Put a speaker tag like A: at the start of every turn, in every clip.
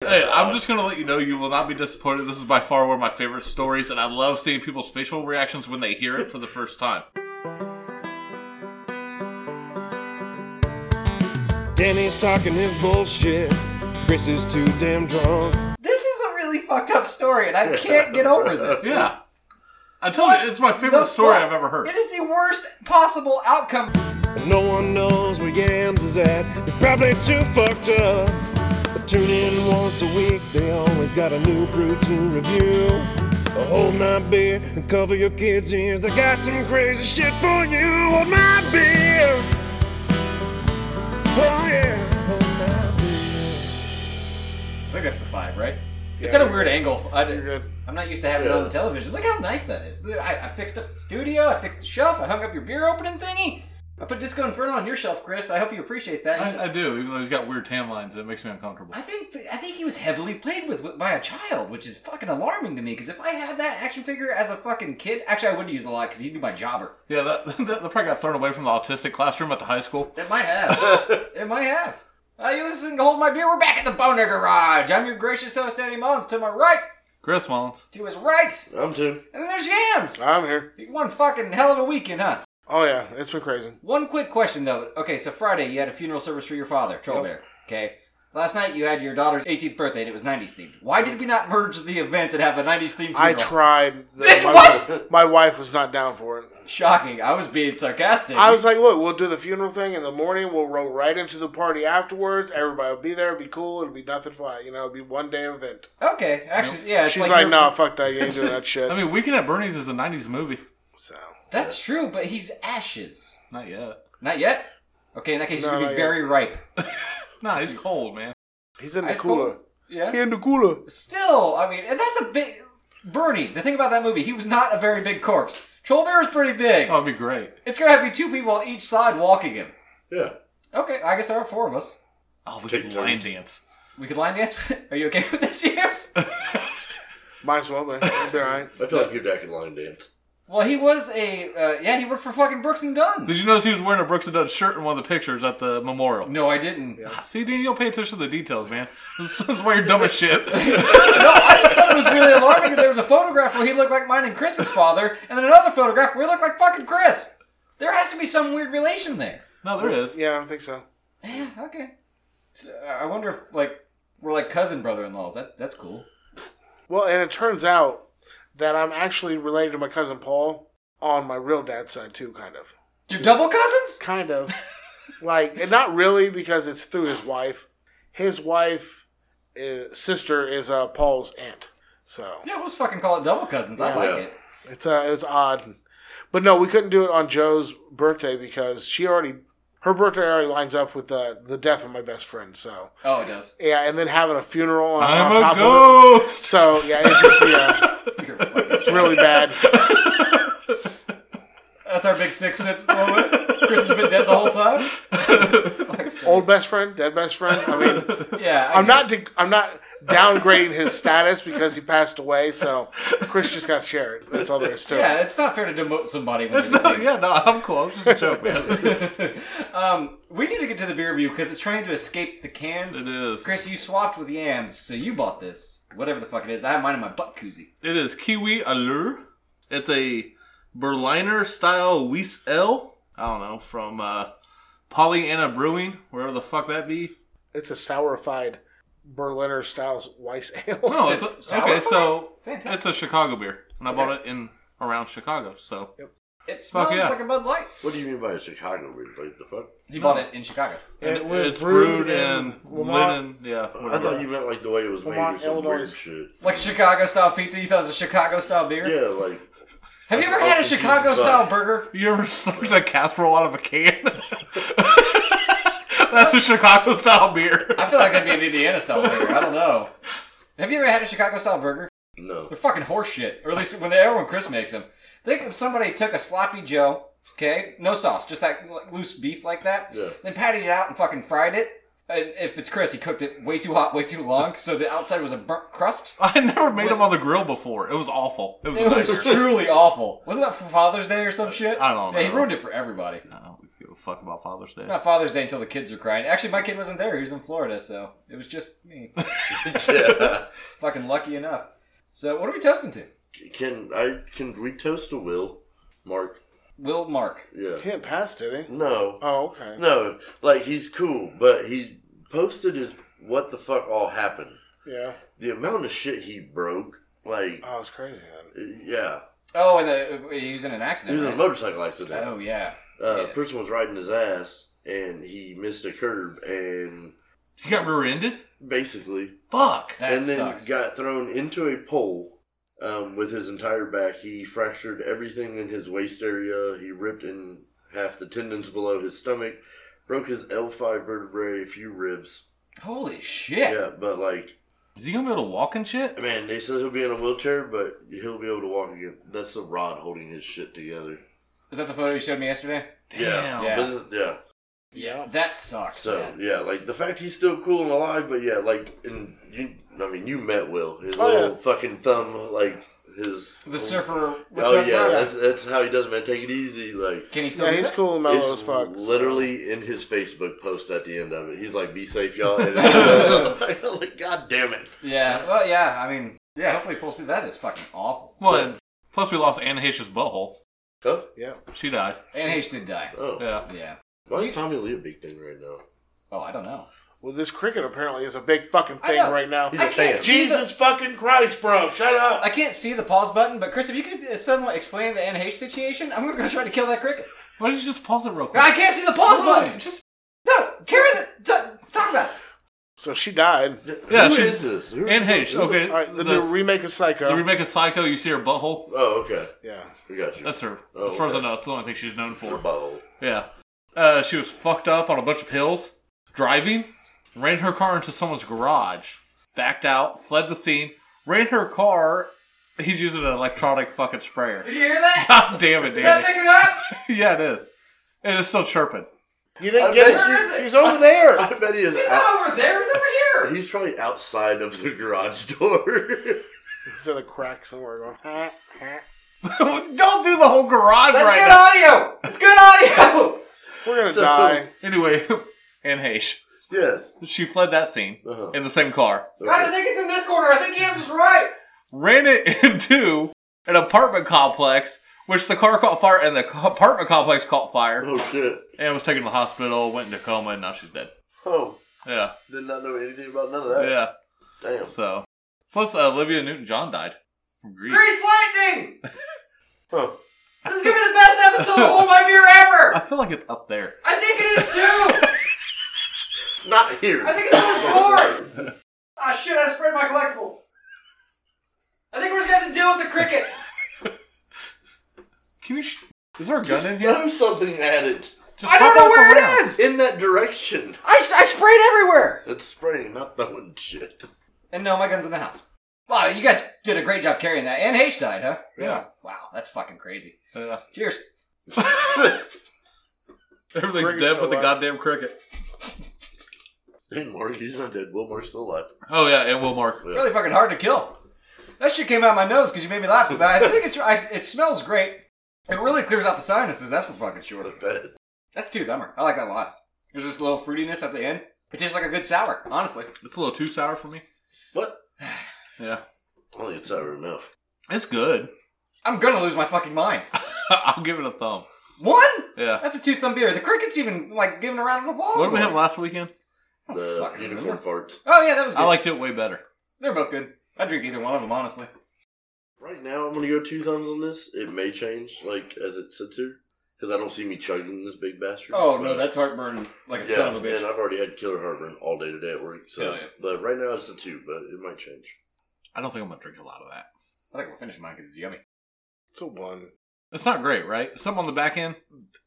A: Hey, I'm just gonna let you know you will not be disappointed. This is by far one of my favorite stories, and I love seeing people's facial reactions when they hear it for the first time.
B: Danny's talking his bullshit. Chris is too damn drunk.
C: This is a really fucked up story, and I can't get over this.
A: Yeah, I told you it's my favorite
C: The
A: story
C: fuck?
A: I've ever heard.
C: It is the worst possible outcome.
B: And no one knows where Yams is at. It's probably too fucked up. But tune in once a week. They always got a new brew to review. So hold my beer and cover your kids' ears. I got some crazy shit for you. Hold my beer. Oh yeah. Hold my beer.
C: I think that's the five, right? It's
D: Yeah.
C: at a weird angle. I,
D: You're good.
C: I'm not used to having it
D: Yeah.
C: on the television. Look how nice that is. I, I fixed up the studio. I fixed the shelf. I hung up your beer opening thingy. I put Disco Inferno on your shelf, Chris. I hope you appreciate that.
A: I, I do, even though he's got weird tan lines, it makes me uncomfortable.
C: I think th- I think he was heavily played with, with by a child, which is fucking alarming to me. Because if I had that action figure as a fucking kid, actually I would use it a lot because he'd be my jobber.
A: Yeah, that, that, that probably got thrown away from the autistic classroom at the high school.
C: It might have. it might have. Uh, you listening to Hold My Beer? We're back at the Boner Garage. I'm your gracious host, Eddie Mullins. To my right,
A: Chris Mullins.
C: to his right,
D: I'm too.
C: and then there's Yams.
D: I'm here.
C: One fucking hell of a weekend, huh?
D: Oh yeah, it's been crazy.
C: One quick question though. Okay, so Friday you had a funeral service for your father, Troll Bear. Okay. Last night you had your daughter's 18th birthday and it was 90s themed. Why did we not merge the events and have a 90s themed funeral?
D: I tried. The,
C: Bitch,
D: my,
C: what?
D: My wife was not down for it.
C: Shocking. I was being sarcastic.
D: I was like, "Look, we'll do the funeral thing in the morning. We'll roll right into the party afterwards. Everybody will be there. It'll be cool. It'll be nothing fly. You know, it'll be one day event."
C: okay. Actually, yeah. It's
D: She's like,
C: you're-
D: "No, fuck that. You ain't doing that shit."
A: I mean, Weekend at Bernie's is a 90s movie.
D: so
C: That's true, but he's ashes.
A: Not yet.
C: Not yet. Okay, in that case, he's
D: No,
C: gonna
D: not
C: be
D: yet.
C: very ripe.
A: Nah, he's cold, man.
D: he's in the
C: Ice
D: cooler.
C: cold? Yeah.
D: He in the cooler.
C: Still, I mean, and that's a big. Bernie. The thing about that movie, he was not a very big corpse. Troll Bear is pretty big.
A: Oh, it'd be great.
C: It's gonna have to be two people on each side walking him.
E: Yeah.
C: Okay, I guess there are four of us.
A: Oh, we
E: Take
A: could
E: turns.
A: line dance.
C: We could line dance. Are you okay with this, James?
D: Might as well, man. It'll be all right.
E: I feel like your dad can line dance.
C: well, he was a uh, yeah. He worked for fucking Brooks and Dunn.
A: Did you notice he was wearing a Brooks and Dunn shirt in one of the pictures at the memorial?
C: No, I didn't.
A: Ah, See, Danny, you'll pay attention to the details, man. This is why you're dumb as shit.
C: No, I just thought it was really alarming that there was a photograph where he looked like mine and Chris's father, and then another photograph where he looked like fucking Chris. There has to be some weird relation there.
A: No, there is.
D: Yeah, I think so.
C: Yeah. Okay. So, uh, I wonder if like we're like cousin brother-in-laws. That that's cool.
D: Well, and it turns out that I'm actually related to my cousin Paul on my real dad's side too, kind of.
C: You're double cousins?
D: kind of like and not really because it's through his wife his wife uh sister is uh, paul's aunt so
C: Yeah, let's fucking call it double cousins. I like
E: Yeah.
C: it.
D: it's uh, it was odd but no we couldn't do it on joe's birthday because she already her birthday already lines up with uh, the death of my best friend so
C: Oh, it does.
D: yeah and then having a funeral on,
A: I'm
D: on
A: a
D: top of it
A: ghost.
D: so yeah it'd just be uh,
C: You're a fucking
D: really bad
C: That's our big six cents moment. Chris has been dead the whole time.
D: old best friend dead best friend i mean
C: Yeah, I
D: I'm not. De- I'm not downgrading his status because he passed away. So Chris just got shared. That's all there is to it.
C: Yeah, it's not fair to demote somebody. When they're deceased.
A: yeah, no, I'm cool. It's just a joke, man.
C: um, we need to get to the beer review because it's trying to escape the cans.
A: It is.
C: Chris, you swapped with yams, so you bought this. Whatever the fuck it is, I have mine in my butt koozie.
A: It is Kiwi Allure. It's a Berliner style Weiss L. I don't know, from uh, Pollyanna Brewing, wherever the fuck that be.
D: It's a sourified Berliner style Weiss ale.
A: No, it's,
C: It's
A: okay.
C: sour?
A: So
C: Fantastic.
A: it's a Chicago beer, and I bought it in around Chicago. So
C: It smells
A: yeah.
C: like a Bud Light. Oh.
E: What do you mean by a Chicago weird? Like the fuck?
C: He bought it in Chicago.
A: And
D: It was
A: it's brewed,
D: brewed
A: in,
D: in
A: linen. Yeah,
E: I thought you meant like the way it was made or
D: Vermont,
E: some weird
D: Illinois.
E: shit.
C: Like Chicago style pizza, you thought it was a Chicago style beer?
E: Yeah, like
C: Have you ever had a
E: Jesus
C: Chicago style
E: Christ.
C: burger?
A: You ever sucked a casserole out of a can? That's a Chicago style beer.
C: I feel like that'd be an Indiana style burger. I don't know. Have you ever had a Chicago style burger?
E: no.
C: They're fucking horseshit. Or at least when they, when Chris makes them. Think if somebody took a sloppy Joe, okay, no sauce, just that like, loose beef like that,
E: Yeah.
C: then patted it out and fucking fried it. And if it's Chris, he cooked it way too hot, way too long, so the outside was a burnt crust.
A: I never made them on the grill before. It was awful. It was a
C: It was
A: nightmare.
C: truly awful. Wasn't that for Father's Day or some shit?
A: I don't
C: Yeah, he
A: know.
C: ruined it for everybody.
A: I don't give a a fuck about Father's Day.
C: It's not Father's Day until the kids are crying. Actually, my kid wasn't there. He was in Florida, so it was just me.
E: yeah.
C: Fucking lucky enough. So, what are we toasting to?
E: Can I can we toast to Will, Mark?
C: Will Mark.
E: Yeah.
D: He didn't pass, did he?
E: No.
D: Oh, okay.
E: No. Like he's cool, but he posted his what the fuck all happened.
D: Yeah.
E: The amount of shit he broke, like
D: Oh, it's crazy then.
E: yeah.
C: Oh, and the, he was in an
E: He
C: accident.
E: was in a
C: right?
E: motorcycle accident.
C: Oh, yeah.
E: uh,
C: Yeah.
E: person was riding his ass and he missed a curb and
A: You got rear ended?
E: basically
A: Fuck.
C: That
E: and then
C: sucks.
E: got thrown into a pole um, with his entire back he fractured everything in his waist area he ripped in half the tendons below his stomach broke his l5 vertebrae a few ribs
C: Holy shit.
E: yeah, but like
A: Is he gonna be able to walk and shit?
E: man they said he'll be in a wheelchair but he'll be able to walk again that's the rod holding his shit together
C: Is that the photo you showed me yesterday?
E: yeah
A: Damn.
C: Yeah.
E: This is- yeah
D: Yeah.
C: That sucks.
E: So
C: man.
E: yeah, like the fact he's still cool and alive, but yeah, like and you, I mean, you met Will, his
D: Oh,
E: little
D: yeah.
E: fucking thumb, like his.
C: The surfer. What's
E: oh
C: up,
E: yeah,
C: bro?
E: that's, that's how he does, man. Take it easy, like
C: Can he still
D: Yeah,
C: do
D: he's
C: that?
D: cool and mellow as
E: it's
D: fuck. so-
E: literally in his Facebook post at the end of it. He's like, "Be safe, y'all." And I'm like, I'm like, God damn it!
C: Yeah. Well, yeah. I mean, yeah. Hopefully, he pulls through. That is fucking awful.
A: Well, and plus we lost Anna Hish's butthole.
E: Huh?
D: Yeah.
A: She died.
C: And H did die.
E: Oh,
A: Yeah.
C: Yeah.
E: why is Tommy Lee a big thing right now?
C: Oh, I don't know.
D: Well, this cricket apparently is a big fucking
C: I
D: thing
C: know.
D: right now.
E: He's a
C: I
E: fan.
C: can't see
D: Jesus fucking Christ, bro! Shut up.
C: I can't see the pause button, but Chris, if you could uh, somewhat explain the NH situation, I'm gonna go try to kill that cricket.
A: Why did you just pause it real quick?
C: I can't see the pause
A: Why?
C: button.
A: Just
C: No, carry the t- talk about. It.
D: So she died.
A: Yeah,
E: Who
A: she's-
E: is this? Who-
A: Anne Hesh. Okay.
D: All right, the,
A: the,
D: new remake of Psycho.
A: the remake of Psycho, you see her butthole?
E: Oh, okay,
D: yeah.
E: we got you.
A: That's her.
E: Oh,
A: as far as I
E: okay.
A: know, it's the only thing she's known for.
E: Your butthole.
A: Yeah. Uh, she was fucked up on a bunch of pills, driving, ran her car into someone's garage, backed out, fled the scene, ran her car. He's using an electronic fucking sprayer.
C: Did you hear that?
A: God damn it, Danny.
C: figured out?
A: yeah, it is. And it's still chirping.
D: You didn't
E: I
D: get
E: bet
D: it.
E: you-
D: He's, he's over there.
E: I bet he is.
C: He's
E: out-
C: not over there. He's over here.
E: He's probably outside of the garage door.
D: He's in a crack somewhere going. "Huh, huh."
A: Don't do the whole garage
C: That's
A: right
C: good
A: now.
C: audio. It's good audio.
D: We're gonna
E: So-
D: die.
A: Anyway, Anne Heche.
E: yes.
A: She fled that scene
E: Uh-huh.
A: in the same car.
C: Guys, I think it's in this corner. I think Cam's is right.
A: ran it into an apartment complex, which the car caught fire and the co- apartment complex caught fire
E: Oh shit.
A: and was taken to the hospital, went into coma, and now she's dead.
E: Oh,
A: Yeah,
E: did not know anything about none of that.
A: yeah.
E: Damn.
A: So, plus uh, Olivia Newton-John died from Greece.
C: Grease lightning.
E: Huh.
C: This is gonna be the best episode of Hold My Beer ever.
A: I feel like it's up there.
C: I think it is too.
E: Not here.
C: I think it's on his board. Ah shit! I spread my collectibles. I think we're just gonna have to deal with the cricket.
A: Can you? Sh- is there a gun
E: Just
A: in here?
E: throw something at it
A: Just
C: I don't
A: pop
C: know
A: off
C: where
A: around.
C: it is.
E: in that direction.
C: I, s- I sprayed everywhere.
E: It's spraying, not throwing shit.
C: And no, my gun's in the house. Wow, you guys did a great job carrying that. And H died, huh?
A: Yeah.
C: Wow, that's fucking crazy.
A: Yeah.
C: Cheers.
A: Everything's
D: Cricket's
A: dead
D: still
A: but the
D: alive.
A: goddamn cricket.
E: Hey, Mark, he's not dead. Wilmar's still alive.
A: Oh yeah, it will mark.
E: Yeah.
C: Really fucking hard to kill. That shit came out of my nose because you made me laugh. But I think it's I, it smells great. It really clears out the sinuses. That's for fucking
E: I
C: sure.
E: bet.
C: That's too dumber. I like that a lot. There's this little fruitiness at the end. It tastes like a good sour, honestly.
A: It's a little too sour for me.
E: What?
A: Yeah,
E: I think it's sour enough.
A: it's good.
C: I'm gonna lose my fucking mind.
A: I'll give it a thumb.
C: One?
A: Yeah.
C: That's a two thumb beer. The cricket's even like giving a round of applause.
A: What did we have
C: for it.
A: last weekend?
C: Oh,
E: The
C: fucking
E: unicorn fart.
C: Oh yeah, that was good.
A: I liked it way better.
C: They're both good. I drink either one of them, honestly.
E: Right now, I'm gonna go two thumbs on this. It may change, like as it sits here, because I don't see me chugging this big bastard.
C: Oh
E: But-
C: no, that's heartburn like a
E: Yeah,
C: son of a bitch.
E: and I've already had killer heartburn all day today at work. So,
C: Hell yeah.
E: but right now it's the two, but it might change.
A: I don't think I'm gonna drink a lot of that.
C: I think we'll finish mine because it's yummy.
D: It's a one.
A: It's not great, right? Something on the back end.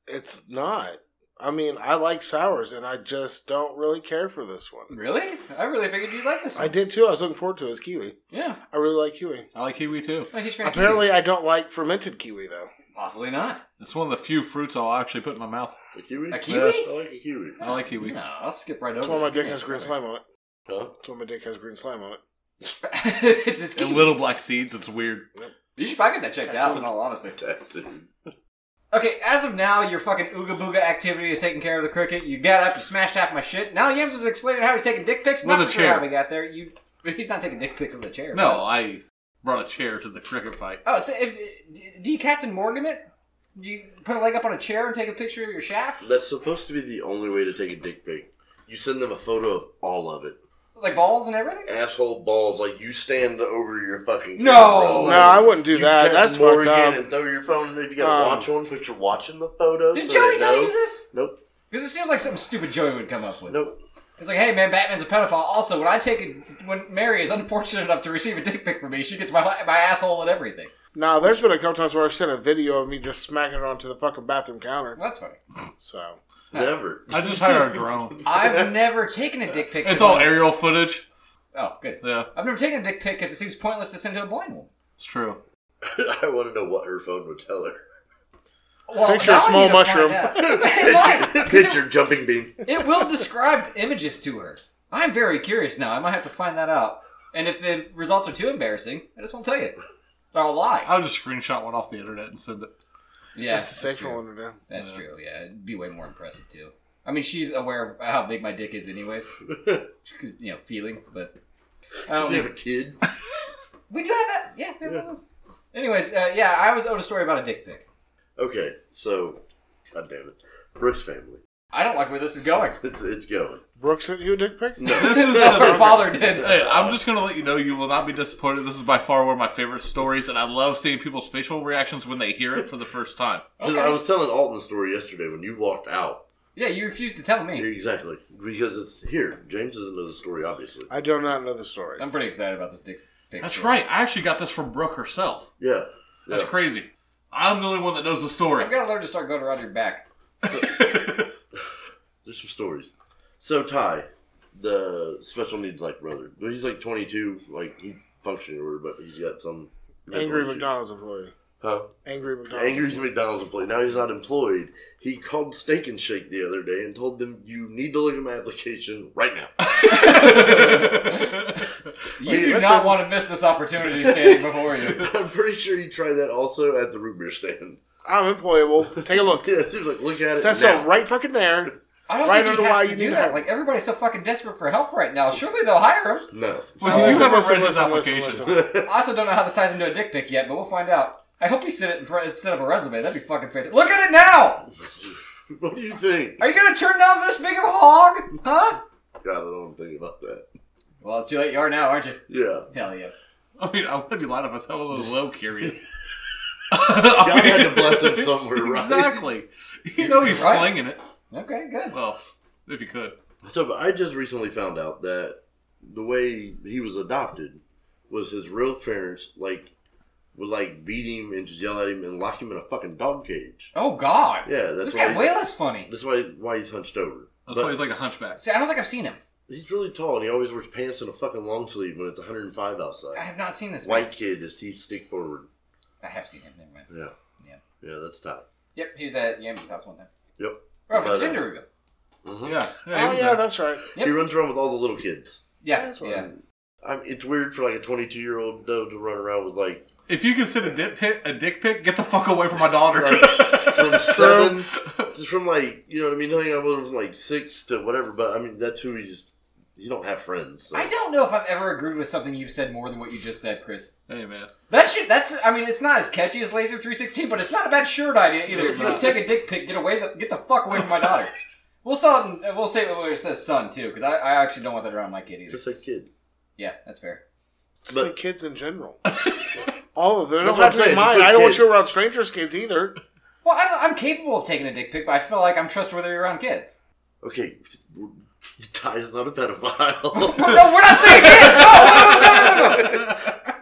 D: It's not. I mean, I like sours, and I just don't really care for this one.
C: Really? I really figured you'd like this one.
D: I did too. I was looking forward to it. It's kiwi.
C: Yeah.
D: I really like kiwi.
A: I like kiwi too.
C: I'm a huge fan of kiwi.
D: Apparently, I don't like fermented kiwi though.
C: Possibly not.
A: It's one of the few fruits I'll actually put in my mouth.
E: A kiwi?
C: A kiwi? Oh.
E: Yeah, I like a kiwi.
A: I like kiwi.
C: No, I'll skip right over
D: That's why my
C: it.
D: dick has green slime on it.
E: Huh?
D: That's why my dick has green slime on it.
C: it's his
A: And
C: kiwi.
A: little black seeds. It's weird.
C: You should probably get that checked out in all honesty.
E: Tattoo.
C: Okay, as of now, your fucking ooga booga activity is taking care of the cricket. You got up, you smashed half my shit. Now Yams is explaining how he's taking dick pics.
A: With
C: not
A: a
C: sure
A: chair.
C: how we got there. You, he's not taking dick pics with a chair.
A: No,
C: but-
A: I brought a chair to the cricket fight.
C: Oh, so if, do you Captain Morgan it? Do you put a leg up on a chair and take a picture of your shaft?
E: That's supposed to be the only way to take a dick pic. You send them a photo of all of it.
C: Like balls and everything?
E: Asshole balls, like you stand over your fucking.
C: No!
E: camera.
D: No, I wouldn't do
E: You
D: that.
E: catch
D: That's
E: more
D: fucked
E: again
D: up.
E: And throw your phone, and if you got a
D: Um,
E: watch on, put your watch in the photo.
C: Did
E: so
C: Joey
E: they
C: tell
E: know.
C: you this?
E: Nope,
C: Because it seems like something stupid Joey would come up with.
E: nope.
C: It's like, hey man, Batman's a pedophile. Also, when I take a, when Mary is unfortunate enough to receive a dick pic from me, she gets my my asshole and everything.
D: No, there's been a couple times where I've sent a video of me just smacking it onto the fucking bathroom counter.
C: Well, that's funny.
D: So
E: Never.
A: I just hired a drone.
C: I've never taken a dick pic.
A: It's
C: 'cause
A: all
C: I'm-
A: aerial footage.
C: Oh, good.
A: Yeah,
C: I've never taken a dick pic because it seems pointless to send to a blind woman.
A: it's true.
E: I want to know what her phone would tell her.
C: Well,
D: Picture a
C: now I
D: small
C: need to
D: mushroom.
C: find out. It might, 'cause
E: Picture
C: it,
E: jumping bean.
C: it will describe images to her. I'm very curious now. I might have to find that out. And if the results are too embarrassing, I just won't tell you. Or I'll lie.
A: I'll just screenshot one off the internet and send it.
C: Yeah,
D: that's a safer
C: true.
D: one to do.
C: That's true. Yeah, it'd be way more impressive too. I mean, she's aware of how big my dick is, anyways. She could, you know, feeling, but
E: If
C: um,
E: you have a kid,
C: we do have that. Yeah. yeah. Anyways, uh, yeah, I was owed a story about a dick pic.
E: okay. So, God damn it, Brooks family.
C: I don't like where this is going.
E: It's it's going.
D: Brooke sent you a dick pic?
A: This is
C: Her father did.
A: Hey, I'm just gonna let you know you will not be disappointed. This is by far one of my favorite stories, and I love seeing people's facial reactions when they hear it for the first time.
E: 'Cause
C: Okay.
E: I was telling Alton the story yesterday when you walked out.
C: Yeah, you refused to tell me.
E: Exactly because it's here. James doesn't know the story, obviously.
D: I do not know the story.
C: I'm pretty excited about this dick pic.
A: That's
C: story.
A: right. I actually got this from Brooke herself.
E: Yeah,
A: That's
E: yeah.
A: crazy. I'm the only one that knows the story.
C: I've got to learn to start going around your back.
E: There's some stories. So Ty, the special needs like brother, but he's like 22, like he functioning or whatever, but he's got some mental
D: Angry
E: issues.
D: McDonald's employee.
E: Huh?
D: Angry McDonald's.
E: Angry
D: employee.
E: McDonald's employee. Now he's not employed. He called Steak and Shake the other day and told them you need to look at my application right now.
C: You
E: Wait,
C: do
D: listen.
C: not want to miss this opportunity standing before you.
E: I'm pretty sure he tried that also at the root beer stand.
D: I'm employable. Take a look.
E: Yeah, it seems like look at it.
D: It says
E: now.
D: so right fucking there.
C: I don't
D: Right
C: think
D: under
C: he
D: why
C: has
D: you
C: to
D: need
C: do
D: help.
C: that. Like everybody's so fucking desperate for help right now. Surely they'll hire him.
E: No.
A: Well, you
D: Listen,
A: haven't
D: listen,
A: read his
D: listen, listen,
A: application.
D: listen.
C: I also don't know how this ties into a dick pic yet, but we'll find out. I hope he sent it in front instead of a resume. That'd be fucking fantastic. Look at it now!
E: What do you think?
C: Are you gonna turn down this big of a hog? Huh?
E: God, I don't think about that.
C: Well, it's too late. You are now, aren't you?
E: Yeah.
C: Hell yeah.
A: I mean, I want to be lying to myself. I was a little curious.
E: God had to bless him somewhere, right?
A: Exactly. You know he's
C: Right.
A: slinging it.
C: Okay, good.
A: Well, if you could.
E: So but I just recently found out that the way he was adopted was his real parents like would like beat him and just yell at him and lock him in a fucking dog cage.
C: Oh god.
E: Yeah, that's
C: this
E: why
C: guy
E: he's-
C: way less funny.
E: That's why why he's hunched over.
A: That's
E: But
A: why he's like a hunchback.
C: See, I don't think I've seen him.
E: he's really tall and he always wears pants and a fucking long sleeve when it's 105
C: I
E: outside.
C: have not seen this man.
E: White kid, his teeth stick forward.
C: I have seen him. Never mind.
E: Yeah,
C: Yeah.
E: yeah, that's tight.
C: Yep, he was at Yami's house one time.
E: Yep.
C: Oh, for
E: But,
C: the
E: uh,
C: gender reveal.
E: mhm.
A: Yeah.
D: Oh
A: he was
D: yeah,
A: a-
D: that's right.
C: Yep.
E: He runs around with all the little kids.
C: Yeah,
D: That's what
C: yeah.
D: I'm-
E: I'm, it's weird for like a 22 year old though to run around with like
A: If you can send a dick pic, a dick pic, get the fuck away from my daughter.
E: like from seven, just from like you know what I mean. Nothing I was from like six to whatever, but I mean that's who he's. You don't have friends. So.
C: I don't know if I've ever agreed with something you've said more than what you just said, Chris.
A: hey man,
C: That shit, that's, I mean, it's not as catchy as Laser 316, but it's not a bad shirt idea either. If you can take a dick pic, get away, the, get the fuck away from my daughter. We'll sell it, in, we'll say it where it says son, too, because I, I actually don't want that around my kid either.
E: Just a kid.
C: Yeah, that's fair.
D: Just like
E: But-
D: kids in general. All of them. They don't
E: That's what
D: have
E: I'm
D: to be
E: saying.
D: mine.
E: It's
D: I don't want
E: kid.
D: you around strangers' kids either.
C: Well, I don't, I'm capable of taking a dick pic, but I feel like I'm trustworthy around kids.
E: Okay, Ty's not a pedophile.
C: No, we're not saying kids! No, no, no, no, no, no!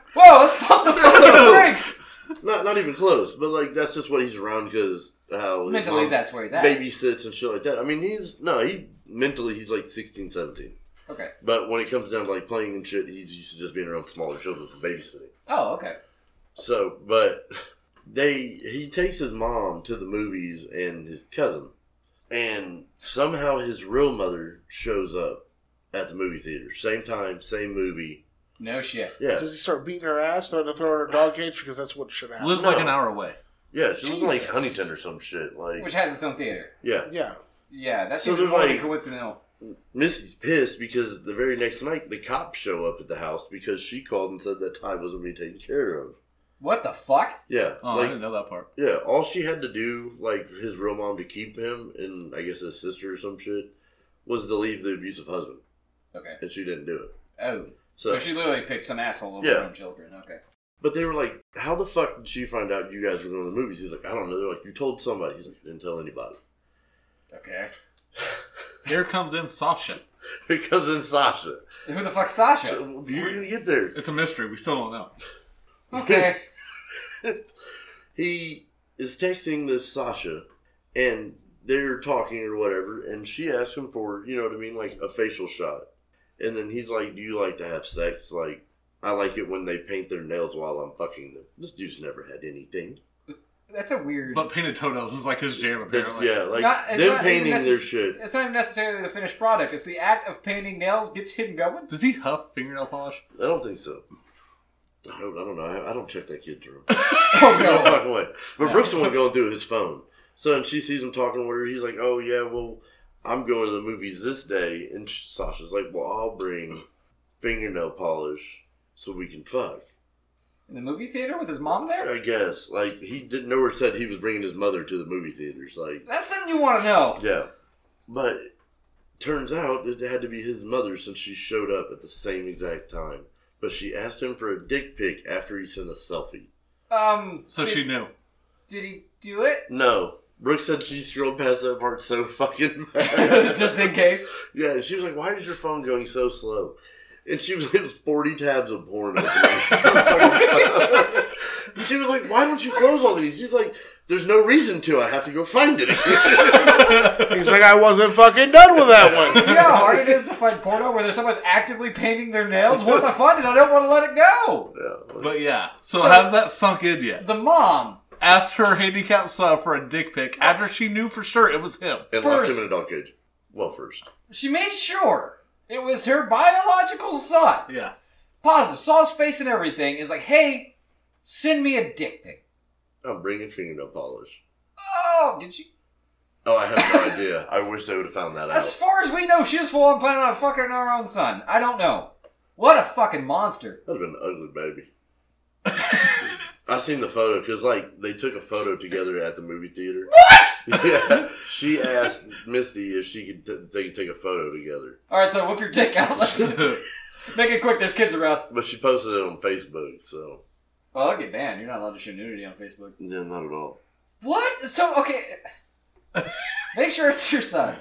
C: Whoa, let's pump the fucking brakes!
E: not not even close. But like that's just what he's around because how his
C: Mentally,
E: mom
C: that's where he's at.
E: babysits and shit like that. I mean he's no he mentally he's like 16, 17.
C: Okay.
E: But when it comes down to like playing and shit, he's used to just being around smaller children for babysitting.
C: Oh, okay.
E: So, but they he takes his mom to the movies and his cousin, and somehow his real mother shows up at the movie theater, same time, same movie.
C: No shit.
E: Yeah,
D: Does he start beating her ass, starting to throw her in a dog cage because that's what should happen?
A: lives like an hour away.
E: Yeah, she was in like
C: Jesus.
E: Huntington or some shit. Like,
C: which has its own theater.
E: yeah,
D: Yeah.
C: Yeah, that
E: So
C: seems
E: they're
C: more than
E: like-
C: coincidental.
E: Missy's pissed because the very next night the cops show up at the house because she called and said that Ty wasn't being taken care of.
C: What the fuck?
E: Yeah,
A: Oh, I
E: like
A: didn't know that part.
E: yeah, all she had to do, like for his real mom to keep him and I guess his sister or some shit, was to leave the abusive husband,
C: Okay.
E: and she didn't do it.
C: Oh, so,
E: So,
C: she literally picked some asshole over
E: Yeah.
C: her own children. Okay.
E: but they were like, "How the fuck did she find out you guys were going to the movies?" He's like, "I don't know." They're like, "You told somebody." He's like, "I "Didn't tell anybody."
C: Okay.
A: Here comes in Sasha.
E: Here comes in Sasha.
C: Who the fuck's Sasha?
E: So, you're gonna get there.
A: It's a mystery. We still don't know.
C: okay.
E: he is texting this Sasha, and they're talking or whatever, and she asks him for, you know what I mean, like a facial shot. And then he's like, Do you like to have sex? Like, I like it when they paint their nails while I'm fucking them. This dude's never had anything.
C: That's a weird.
A: But painted toenails is like his jam, apparently.
E: yeah, like
C: Not- it's
E: them
C: not even
E: painting their
C: necess-
E: shit.
C: It's not even necessarily the finished product. It's the act of painting nails gets him going.
A: Does he huff fingernail polish?
E: I don't think so. I don't, I don't know. I, I don't check that kid's room.
C: Oh
E: no
C: no.
E: fucking way. But Brooks the one going through his phone. So and she sees him talking to her. He's like, "Oh yeah, well, I'm going to the movies this day." And sh- Sasha's like, "Well, I'll bring fingernail polish so we can fuck."
C: In the movie theater with his mom there.
E: I guess like he didn't nowhere said he was bringing his mother to the movie theaters. Like
C: That's something you want to know.
E: yeah, but turns out it had to be his mother since she showed up at the same exact time. But she asked him for a dick pic after he sent a selfie.
C: Um.
A: So
C: did,
A: she knew.
C: did he do it?
E: No. Brooks said she scrolled past that part so fucking fast.
C: Just in case.
E: Yeah, and she was like, "Why is your phone going so slow?" And she was like, forty tabs of porn. open. And she was like, "Why don't you close all these?" She's like, "There's no reason to. I have to go find it."
D: He's like, I wasn't fucking done with that one.
C: You know how hard it is to find porno where there's someone's actively painting their nails. Once I find it, I don't want to let it go.
E: yeah,
A: But yeah. So,
C: So-
A: has that sunk in yet?
C: The mom.
A: Asked her handicapped son for a dick pic after she knew for sure it was him.
E: and locked him in a dog cage. Well, first,
C: She made sure it was her biological son.
A: Yeah.
C: Positive. Saw his face and everything. It's like, hey, send me a dick pic.
E: I'm bringing fingernail polish.
C: Oh, did she?
E: Oh, I have no idea. I wish they would have found that
C: As
E: out.
C: far as we know, she was full on planning on fucking her own son. I don't know. What a fucking monster.
E: That'd have been an ugly baby. I seen the photo because like they took a photo together at the movie theater. What? Yeah, she asked Misty if she could t- they could take a photo together.
C: All right, so whip your dick out. Let's make it quick. There's kids around. Oh,
E: But she posted it on Facebook, so
C: Well, I'll get banned. You're not allowed to show nudity on Facebook.
E: yeah, not at all.
C: What? So okay. Make sure it's your son.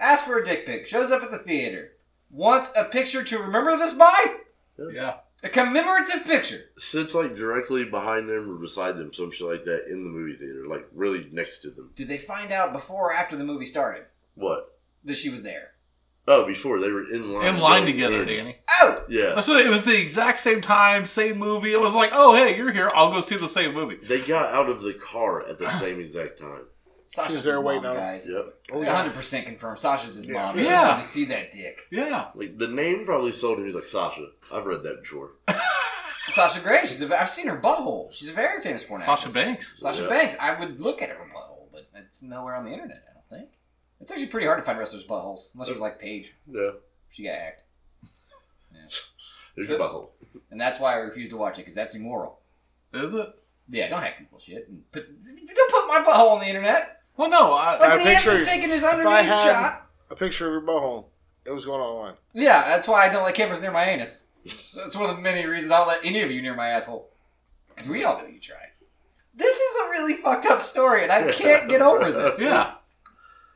C: Ask for a dick pic. Shows up at the theater. Wants a picture to remember this by?
A: yeah.
C: A commemorative picture.
E: Sits like directly behind them or beside them, some shit like that, in the movie theater, like really next to them.
C: Did they find out before or after the movie started
E: What?
C: that she was there?
E: Oh, before they were in line.
A: In line
E: going
A: together,
E: in.
A: Danny.
C: Oh,
E: Yeah,
A: So it was the exact same time, same movie. It was like, oh hey, you're here. I'll go see the same movie.
E: they got out of the car at the same exact time.
C: Sasha's
D: there
C: his
D: waiting
C: mom,
D: on him.
C: guys.
E: Yep.
D: Oh, yeah.
C: 100% confirmed. Sasha's his mom. She
A: Yeah.
C: wanted to see that dick.
A: Yeah.
E: Like the name probably sold him. He's like Sasha. I've read that before.
C: Sasha Grey. She's a, I've seen her butthole. She's a very famous porn
A: Sasha
C: actress.
A: Banks.
C: Sasha
E: Yeah.
C: Banks. I would look at her butthole, but it's nowhere on the internet. I don't think. It's actually pretty hard to find wrestlers' buttholes unless you're like Paige.
E: Yeah,
C: She got hacked.
E: there's your butthole.
C: And that's why I refuse to watch it, because that's immoral.
A: Is it?
C: Yeah, don't hack people shit. And put, don't put my butthole on the internet.
A: Well, no. I,
D: I
A: I,
C: Like when
D: picture-
C: Answer's taking his
D: If I
C: underneath
D: had
C: shot.
D: a picture of your butthole, it was going online.
C: Yeah, that's why I don't like cameras near my anus. That's one of the many reasons I don't let any of you near my asshole. Because we all know you try. This is a really fucked up story, and I can't get over this.
A: yeah.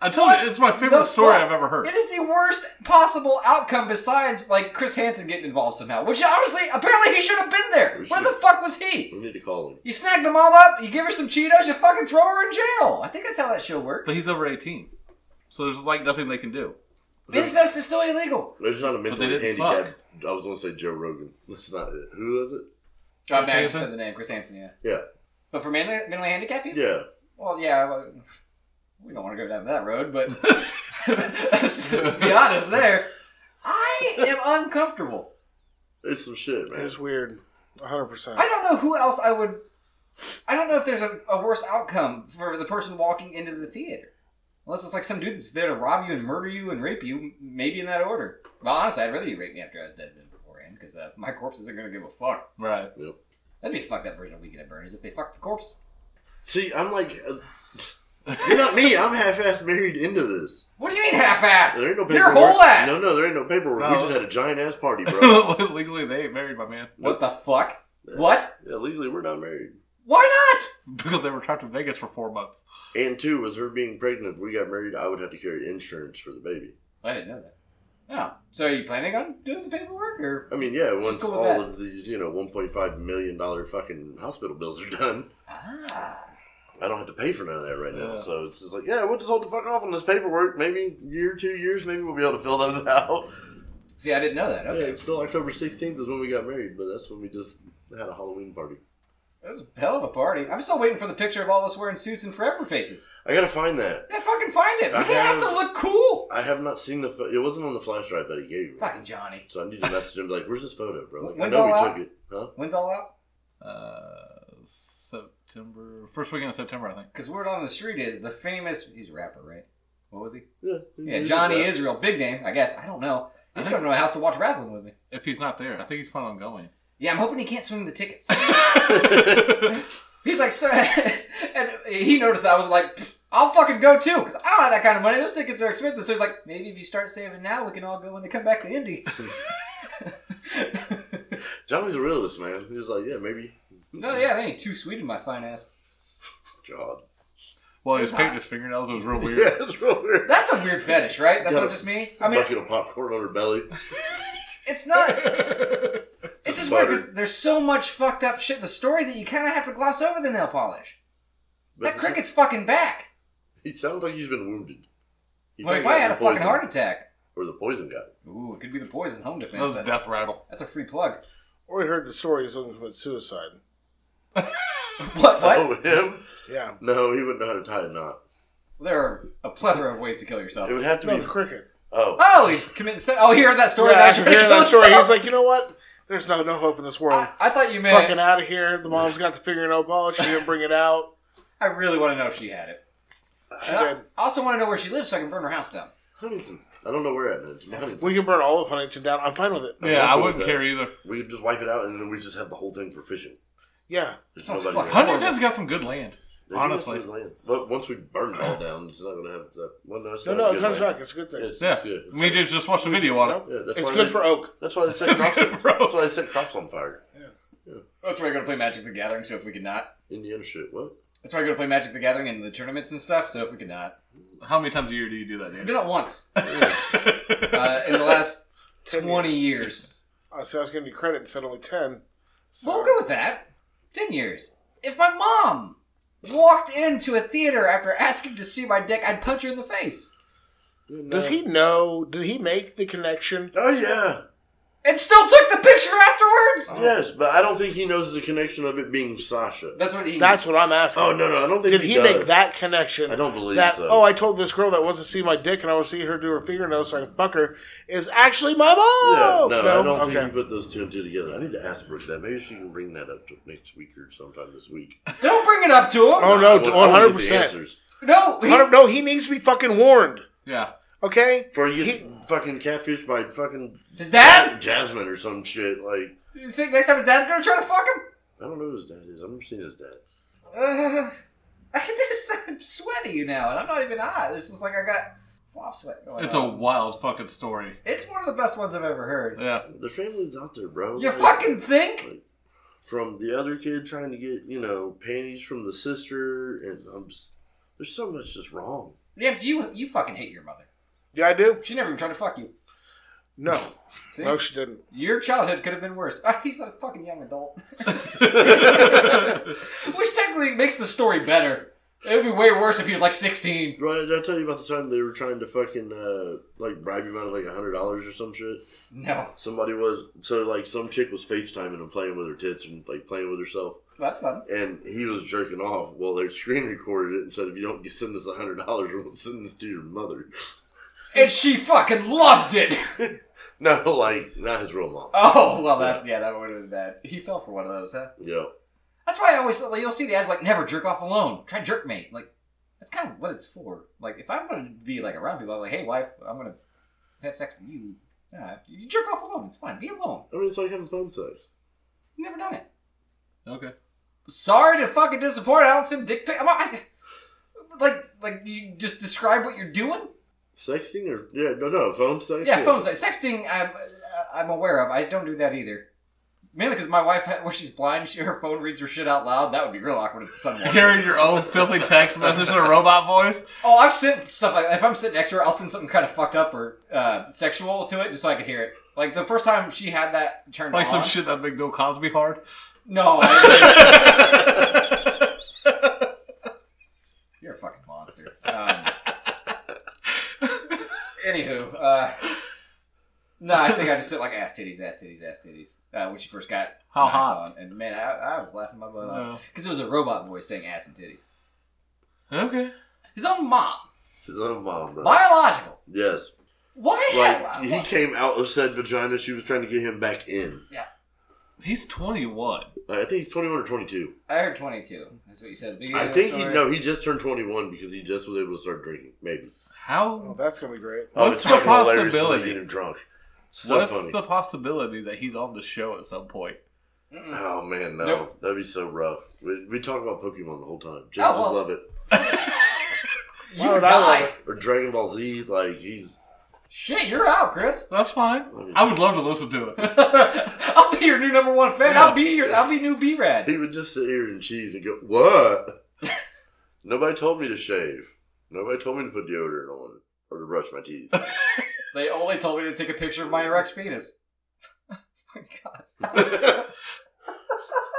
A: I told you, it's my favorite
C: the
A: story
C: fuck?
A: I've ever heard.
C: It is the worst possible outcome besides, like, Chris Hansen getting involved somehow. Which, honestly, apparently he should have been there.
E: We
C: Where the
E: should.
C: fuck was he?
E: We need to call him.
C: You snag the mom up, you give her some Cheetos, you fucking throw her in jail. I think that's how that show works.
A: But he's over 18. So there's like nothing they can do.
C: Incest is still illegal.
E: There's not a mentally
A: didn't
E: handicapped. I was gonna say Joe Rogan. That's not it. Who was it?
C: John
A: Chris
C: Madden
A: Hansen?
C: Oh, said the name, Chris Hansen, yeah.
E: Yeah,
C: But for mentally, mentally handicapped people?
E: yeah.
C: Well, yeah, well, we don't want to go down that road, but let's just be honest there. I am uncomfortable.
E: It's some shit, man.
D: It's weird. 100%.
C: I don't know who else I would I don't know if there's a, a worse outcome for the person walking into the theater. Unless it's like some dude that's there to rob you and murder you and rape you, m- maybe in that order. Well, honestly, I'd rather you rape me after I was dead than beforehand, because uh, my corpse isn't going to give a fuck.
A: Right.
C: That'd be a fucked up version of Weekend at Bernie's if they fucked the corpse.
E: See, I'm like, uh, you're not me. I'm half-ass married into this.
C: What do you mean half-ass?
E: There ain't no
C: Your
E: paperwork.
C: whole ass!
E: No, no, there ain't no paperwork.
A: No.
E: We just had a giant ass party, bro.
A: Legally, they ain't married, my man,
C: What the fuck? What?
E: yeah, legally, we're not married.
C: Why
A: because they were trapped in Vegas for four months.
E: And two was her being pregnant. If we got married, I would have to carry insurance for the baby.
C: not? I didn't know that. Oh, so are you planning on doing the paperwork, or
E: I mean, yeah, once
C: cool with
E: all
C: that.
E: of these, you know, one point five million dollar fucking hospital bills are done,
C: ah?
E: I don't have to pay for none of that right now.
A: Yeah.
E: So it's just like, yeah, we'll just hold the fuck off on this paperwork. Maybe year, two years, maybe we'll be able to fill those out.
C: See, I didn't know that.
E: Yeah,
C: Okay,
E: it's still October sixteenth is when we got married, but that's when we just had a Halloween party.
C: that was a hell of a party. I'm still waiting for the picture of all us wearing suits and forever faces.
E: I gotta find that.
C: Yeah, fucking find it. We
E: I
C: have
E: have-
C: to look cool.
E: I have not seen the. Fo- it wasn't on the flash drive that he gave me,
C: Fucking Johnny.
E: so I need to message him like, "Where's this photo, bro?" Like, I
C: When's
E: know
C: all
E: we
C: out?
E: took it, huh?
C: When's all out?
A: Uh, September first weekend of September, I think.
C: Because word on the street is the famous. He's a rapper, right? What was he?
E: Yeah,
C: Yeah, Johnny
E: Yeah.
C: Israel, big name, I guess. I don't know. He's coming to my house to watch wrestling with me.
A: If he's not there, I think he's planning on going.
C: Yeah, I'm hoping he can't swing the tickets. He's like, sir, and he noticed that I was like, "Pfft, I'll fucking go too, because I don't have that kind of money. Those tickets are expensive. So he's like, maybe if you start saving now, we can all go when they come back to Indy.
E: Johnny's a realist, man. He was like, "Yeah, maybe."
C: no, yeah, they ain't too sweet in my fine ass.
E: God.
A: well, he was painting his fingernails. It was real weird.
E: Yeah, it's real weird.
C: That's a weird fetish, right? That's
E: Got
C: not
E: a
C: just me. I mean,
E: bucket of popcorn on her belly.
C: it's not. It's just weird
E: Butter.
C: because there's so much fucked up shit in the story that you kind of have to gloss over the nail polish.
E: But
C: that cricket's fucking back.
E: He sounds like he's been wounded. He
C: Like, if
E: probably
C: I had
E: got the
C: a fucking
E: poison,
C: heart attack.
E: Or the poison guy.
C: Ooh, it could be the poison home
A: That
C: defense.
A: was a death rattle.
C: That's a free plug.
D: Or he heard the story of someone commit suicide.
C: What? What?
E: Oh, him?
D: Yeah.
E: No, he wouldn't know how to tie a knot.
C: There are a plethora of ways to kill yourself.
E: It would have to
D: No, Ah!
E: be.
D: the cricket.
E: Oh.
C: Oh, he's committing. Se- oh, he heard that story.
D: Yeah,
C: that's
D: after
C: where he
D: hearing that
C: goes
D: story,
C: up.
D: he's like, you know what? There's no no hope in this world.
C: I, I thought you meant.
D: Fucking out of here. The mom's got the fingernail polish. She didn't bring it out.
C: I really want to know if she had it.
D: She
C: And I,
D: did.
C: I also want to know where she lives so I can burn her house down.
E: Huntington. I don't know where at, man. It's Huntington.
D: We can burn all of Huntington down. I'm fine with it.
A: Yeah, I
E: cool
A: wouldn't
E: with that.
A: care either.
E: We could just wipe it out and then we just have the whole thing for fishing.
D: Yeah.
E: There's
C: Sounds
E: nobody
C: fucking
E: around.
A: Huntington's got some good land.
E: They do
A: honestly.
E: have good land. But once we burn it all down, it's not going to have that. Well, no, it's
D: No,
E: not
D: no,
E: good
D: it comes
E: land.
D: back. It's a good thing.
E: It's-
A: Yeah,
E: it's
A: we
E: good.
A: I mean, just, just watch the video on it.
E: Yeah, that's
D: it's
E: why
D: good
E: they-
D: for oak.
E: That's why they set
A: It's
E: crops.
A: good for oak.
E: That's why they set crops on fire.
C: That's where I go to play Magic the Gathering. So if we could not,
E: Indiana shit. What?
C: that's where I go to play Magic the Gathering and the tournaments and stuff. So if we could not,
A: How many times a year do you do that,
C: I've
A: Dan?
C: done it once uh, in the last
D: Ten
C: twenty years.
D: I said I was going to do credit and said only 10. So,
C: We'll go with that. Ten years. If my mom walked into a theater after asking to see my dick, I'd punch her in the face.
D: Does he know? Did he make the connection?
E: Oh yeah,
C: And still took the picture
D: Oh.
C: afterwards.
E: yes, but I don't think he knows the connection of it being Sasha.
C: That's what he.
D: That's what I'm asking.
E: Oh no, no, I don't think.
D: Did he make
E: does.
D: that connection?
E: I don't believe
D: that.
E: so.
D: Oh, I told this girl that wants to see my dick, and I want to see her do her fingernails so I can fuck her. Is actually my
E: Yeah,
D: mom.
E: no, I don't think he put those two and two together. I need to ask Brooke that. Maybe she can bring that up to next week or sometime this week.
C: Don't bring it up to him.
D: Oh
E: I
D: no,
E: want- I
D: one
E: want
D: hundred
E: to get the
D: percent.
E: answers.
C: No, he,
D: No, he needs to be fucking warned.
A: yeah.
D: Okay.
E: Or you
D: He-
E: get fucking catfished by fucking
C: his dad.
E: Jasmine or some shit. Like
C: You think next time his dad's gonna try to fuck him?
E: I don't know who his dad is. I've never seen his dad.
C: Uh, I can just I'm sweaty now, and I'm not even hot. This is like I got flop sweat going
A: It's a
C: on.
A: wild fucking story.
C: it's one of the best ones I've ever heard.
A: Yeah.
E: Their family's out there, bro.
C: You
E: Like,
C: fucking think?
E: from the other kid trying to get you know panties from the sister, and I'm just there's so much just wrong.
C: Yeah, but you you fucking hate your mother.
D: Yeah, I do.
C: She never even tried to fuck you.
D: No,
C: See?
D: no, she didn't.
C: Your childhood could have been worse. Ah, he's a fucking young adult. Which technically makes the story better. It would be way worse if he was like 16.
E: Right, did I tell you about the time they were trying to fucking uh, like bribe him out of like a hundred dollars or some shit?
C: No.
E: Somebody was so like some chick was FaceTiming and playing with her tits and like playing with herself,
C: That's fun.
E: and he was jerking off. Well, they screen recorded it and said, "If you don't send us a hundred dollars, we'll send this to your mother."
C: And she fucking loved it.
E: No, like not his real mom.
C: Oh, well, that, yeah, that would have been bad. He fell for one of those, huh?
E: Yeah,
C: That's why I always like, you'll see the ads like never jerk off alone. Try jerk me. Like that's kind of what it's for. Like if I'm gonna be like around people, I'm like, hey wife, I'm gonna have sex with you. Nah, you jerk off alone. It's fine. Be alone.
E: I mean, it's like having phone sex.
C: You've never done it.
A: Okay.
C: Sorry to fucking disappoint. I don't send dick pic. I'm not, I, said- like like you just describe what you're doing.
E: Sexting or yeah, no, no, phone sex.
C: Yeah,
E: yes.
C: phone sex. Sexting, I'm, I'm aware of. I don't do that either. Mainly because my wife, where she's blind, she, her phone reads her shit out loud. That would be real awkward if the sun was.
A: Hearing your own filthy text message in a robot voice.
C: Oh, I've sent stuff like If I'm sitting next to her, I'll send something kind of fucked up or uh, sexual to it just so I could hear it. Like the first time she had that turned
A: Like
C: on.
A: some shit that make Bill Cosby hard.
C: No. I-
A: I
C: You're a fucking monster. Um, anywho, uh, no, I think I just said like ass titties, ass titties, ass titties uh, when she first got
A: How
C: my
A: hot. Uh-huh.
C: iPhone. And man, I, I was laughing my butt
A: No.
C: off because it was a robot voice saying ass and titties.
A: Okay.
C: His own mom,
E: His own mom, bro.
C: biological.
E: Yes.
C: Why?
E: Like, he came out of said vagina. She was trying to get him back in.
A: He's 21.
E: Like, I think he's 21 or 22.
C: I heard 22. That's what you said. At the beginning
E: I
C: of the
E: think he,
C: story.
E: no, he just turned 21 because he just was able to start drinking. Maybe.
D: Oh,
A: How?
D: that's gonna be great.
E: Oh,
A: What's
E: it's
A: the
E: fucking hilarious when they
A: possibility?
E: Get him drunk. So
A: what's
E: funny.
A: the possibility that he's on the show at some point?
C: Mm-mm.
E: Oh man, no,
C: Nope.
E: that'd be so rough. We, we talk about Pokemon the whole time. James
C: Oh, well.
E: would love it.
C: You
D: would I
C: die.
D: love
E: Or Dragon Ball Z, like he's
C: Shit, you're out, Chris.
A: That's fine.
E: Okay.
A: I would love to listen to it.
C: I'll be your new number one fan.
A: Yeah.
C: I'll be your. I'll be new B-Rad.
E: he would just sit here and cheese and go, "What? Nobody told me to shave. Nobody told me to put deodorant on or to brush my teeth."
C: They only told me to take a picture of my erect penis. oh my god.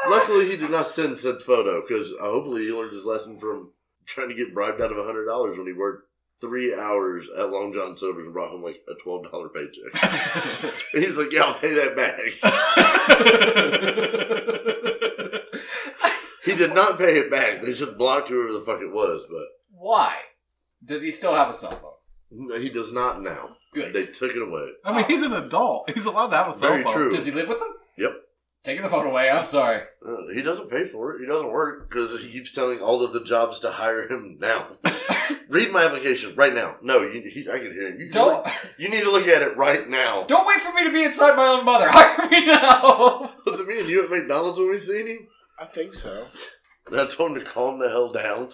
E: Luckily, he did not send said photo because uh, hopefully he learned his lesson from trying to get bribed out of hundred dollars when he worked three hours at Long John Silver's and brought home like a twelve dollar paycheck. and he's like, "Yeah, I'll pay that back." He did not pay it back. They just blocked whoever the fuck it was, but.
C: Why? Does he still have a cell phone?
E: No, he does not now.
C: Good.
E: They took it away.
A: I mean, he's an adult. He's allowed to have a cell
E: Very
A: phone.
E: true.
C: Does he live with them?
E: Yep.
C: Taking the phone away. I'm sorry.
E: Uh, he doesn't pay for it. He doesn't work because he keeps telling all of the jobs to hire him now. Read my application right now. No, you, he, I can hear him. You, can
C: Don't
E: look- you need to look at it right now.
C: don't wait for me to be inside my own mother. Hire me now.
E: Was it me and you at McDonald's when we seen him?
D: I think so.
E: And I told him to calm the hell down.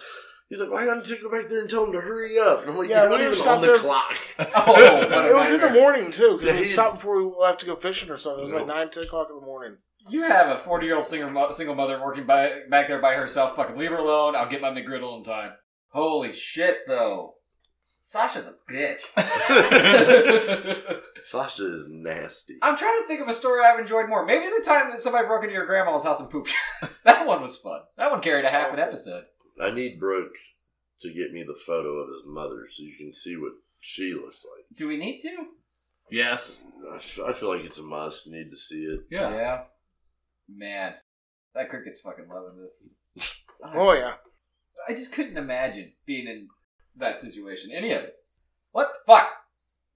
E: He's like, why don't you go back there and tell him to hurry up? And I'm like,
D: Yeah,
E: you're
D: we
E: not
D: were
E: even
D: stopped
E: on the
D: there-
E: clock.
C: Oh, what a
D: It was in the
C: nightmare.
D: morning too,
E: Yeah,
D: because
E: he-
D: we stopped before we left to go fishing or something. It was like
E: Nope.
D: nine, ten o'clock in the morning.
C: You have a 40 year old singer, mo- single mother working by, back there by herself. Fucking leave her alone. I'll get my McGriddle in time. Holy shit, though. Sasha's a bitch. I'm
E: Sasha is nasty.
C: trying to think of a story I've enjoyed more. Maybe the time that somebody broke into your grandma's house and pooped. that one was fun. That one carried a half an episode.
E: I need Brooke to get me the photo of his mother so you can see what she looks like.
C: Do we need to?
A: Yes.
E: I f- I feel like it's a must. Need to see it.
A: Yeah.
C: Man, that cricket's fucking loving this.
D: Oh yeah,
C: I just couldn't imagine being in that situation. Any of it. What the fuck?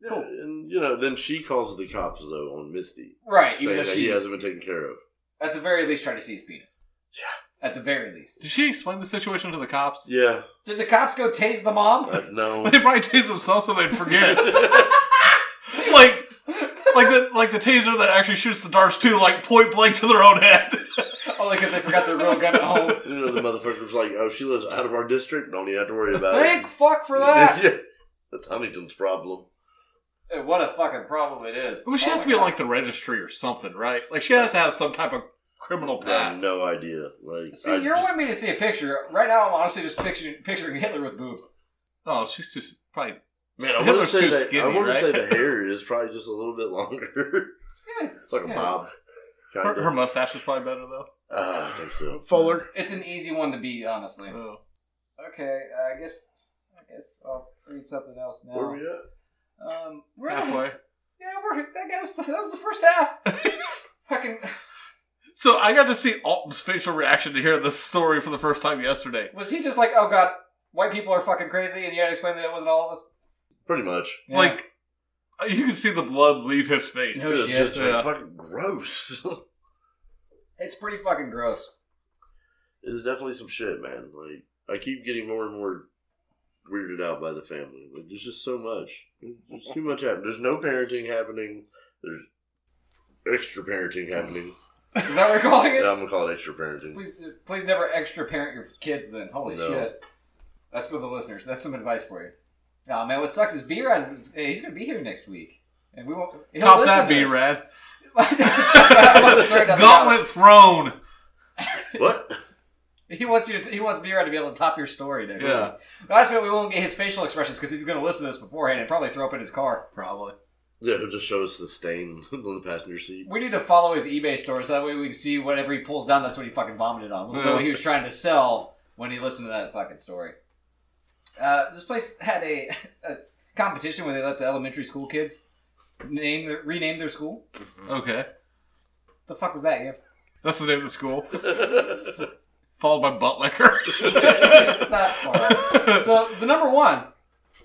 C: Cool.
E: And you know, then she calls the cops though on Misty,
C: Right, even
E: saying
C: though
E: that he
C: she,
E: hasn't been taken care of.
C: at the very least, trying to see his penis. Yeah. At the very least.
A: Did she explain the situation to the cops?
E: Yeah,
C: Did the cops go tase the mom?
E: uh, no.
A: They probably tase themselves so they'd forget. like, like the like the taser that actually shoots the darts too, like point blank to their own head.
C: Only because they forgot their real gun at home.
E: you know, the motherfucker was like, "Oh, she lives out of our district. Don't even have to worry about
C: Thank
E: it."
C: fuck for that.
E: yeah, that's Huntington's problem.
C: Uh, what a fucking problem it is.
A: Well, she
C: Oh
A: has to
C: my
A: be on
C: God.
A: like the registry or something, right? Like she has to have some type of criminal
E: I have
A: past.
E: no idea. Like,
C: See,
E: I
C: you're
E: just-
C: wanting me to see a picture. Right now, I'm honestly just picturing, picturing Hitler with boobs.
A: Oh, she's too probably.
E: man. I want to
A: Hitler's
E: say
A: too
E: that. I
A: skinny,
E: want
A: right?
E: to say the hair is probably just a little bit longer.
C: Yeah.
E: it's like a
C: Yeah.
E: bob.
A: Her, her mustache is probably better though.
E: uh, I think so.
D: Fuller.
C: It's an easy one to beat, honestly.
A: Oh.
C: Okay, uh, I guess I guess I'll read something else now.
E: Where we at?
C: Um, we're at-
A: Halfway.
C: Yeah, we're that got us. That was the first half. fucking
A: So I got to see Alton's facial reaction to hear this story for the first time yesterday.
C: was he just like, oh god, white people are fucking crazy, and you had to explain that it wasn't all of us.
E: Pretty much.
C: Yeah.
A: Like you can see the blood leave his face.
C: No
E: It's
C: shit. uh,
E: just
A: Yeah.
E: fucking gross.
C: it's pretty fucking gross.
E: It's definitely some shit, man. Like I keep getting more and more weirded out by the family. Like there's just so much. There's too much happening. There's no parenting happening. There's extra parenting happening.
C: Is that what you're calling it?
E: Yeah, I'm gonna call it extra parenting.
C: Please, please never extra parent your kids. Then holy
E: No.
C: shit, that's for the listeners. That's some advice for you. Oh man, what sucks is B Rad. was- Hey, he's gonna be here next week, and we won't. he'll
A: Top
C: listen
A: that,
C: to
A: B
C: this.
A: Rad.
C: I wasn't throwing nothing
A: Gauntlet Throne.
E: What?
C: out. He wants you. To, he wants B Rad to be able to top your story. There.
A: Yeah.
C: Last minute, we won't get his facial expressions because he's gonna listen to this beforehand and probably throw up in his car. Probably.
E: Yeah, it'll just show us the stain on the passenger seat.
C: We need to follow his eBay store so that way we can see whatever he pulls down. That's what he fucking vomited on. We'll know
A: Yeah.
C: what he was trying to sell when he listened to that fucking story. Uh, this place had a, a competition where they let the elementary school kids name their, rename their school.
A: Okay.
C: The fuck was that? You have
A: That's the name of the school. Followed by Buttlicker.
C: it's not far. So the number one,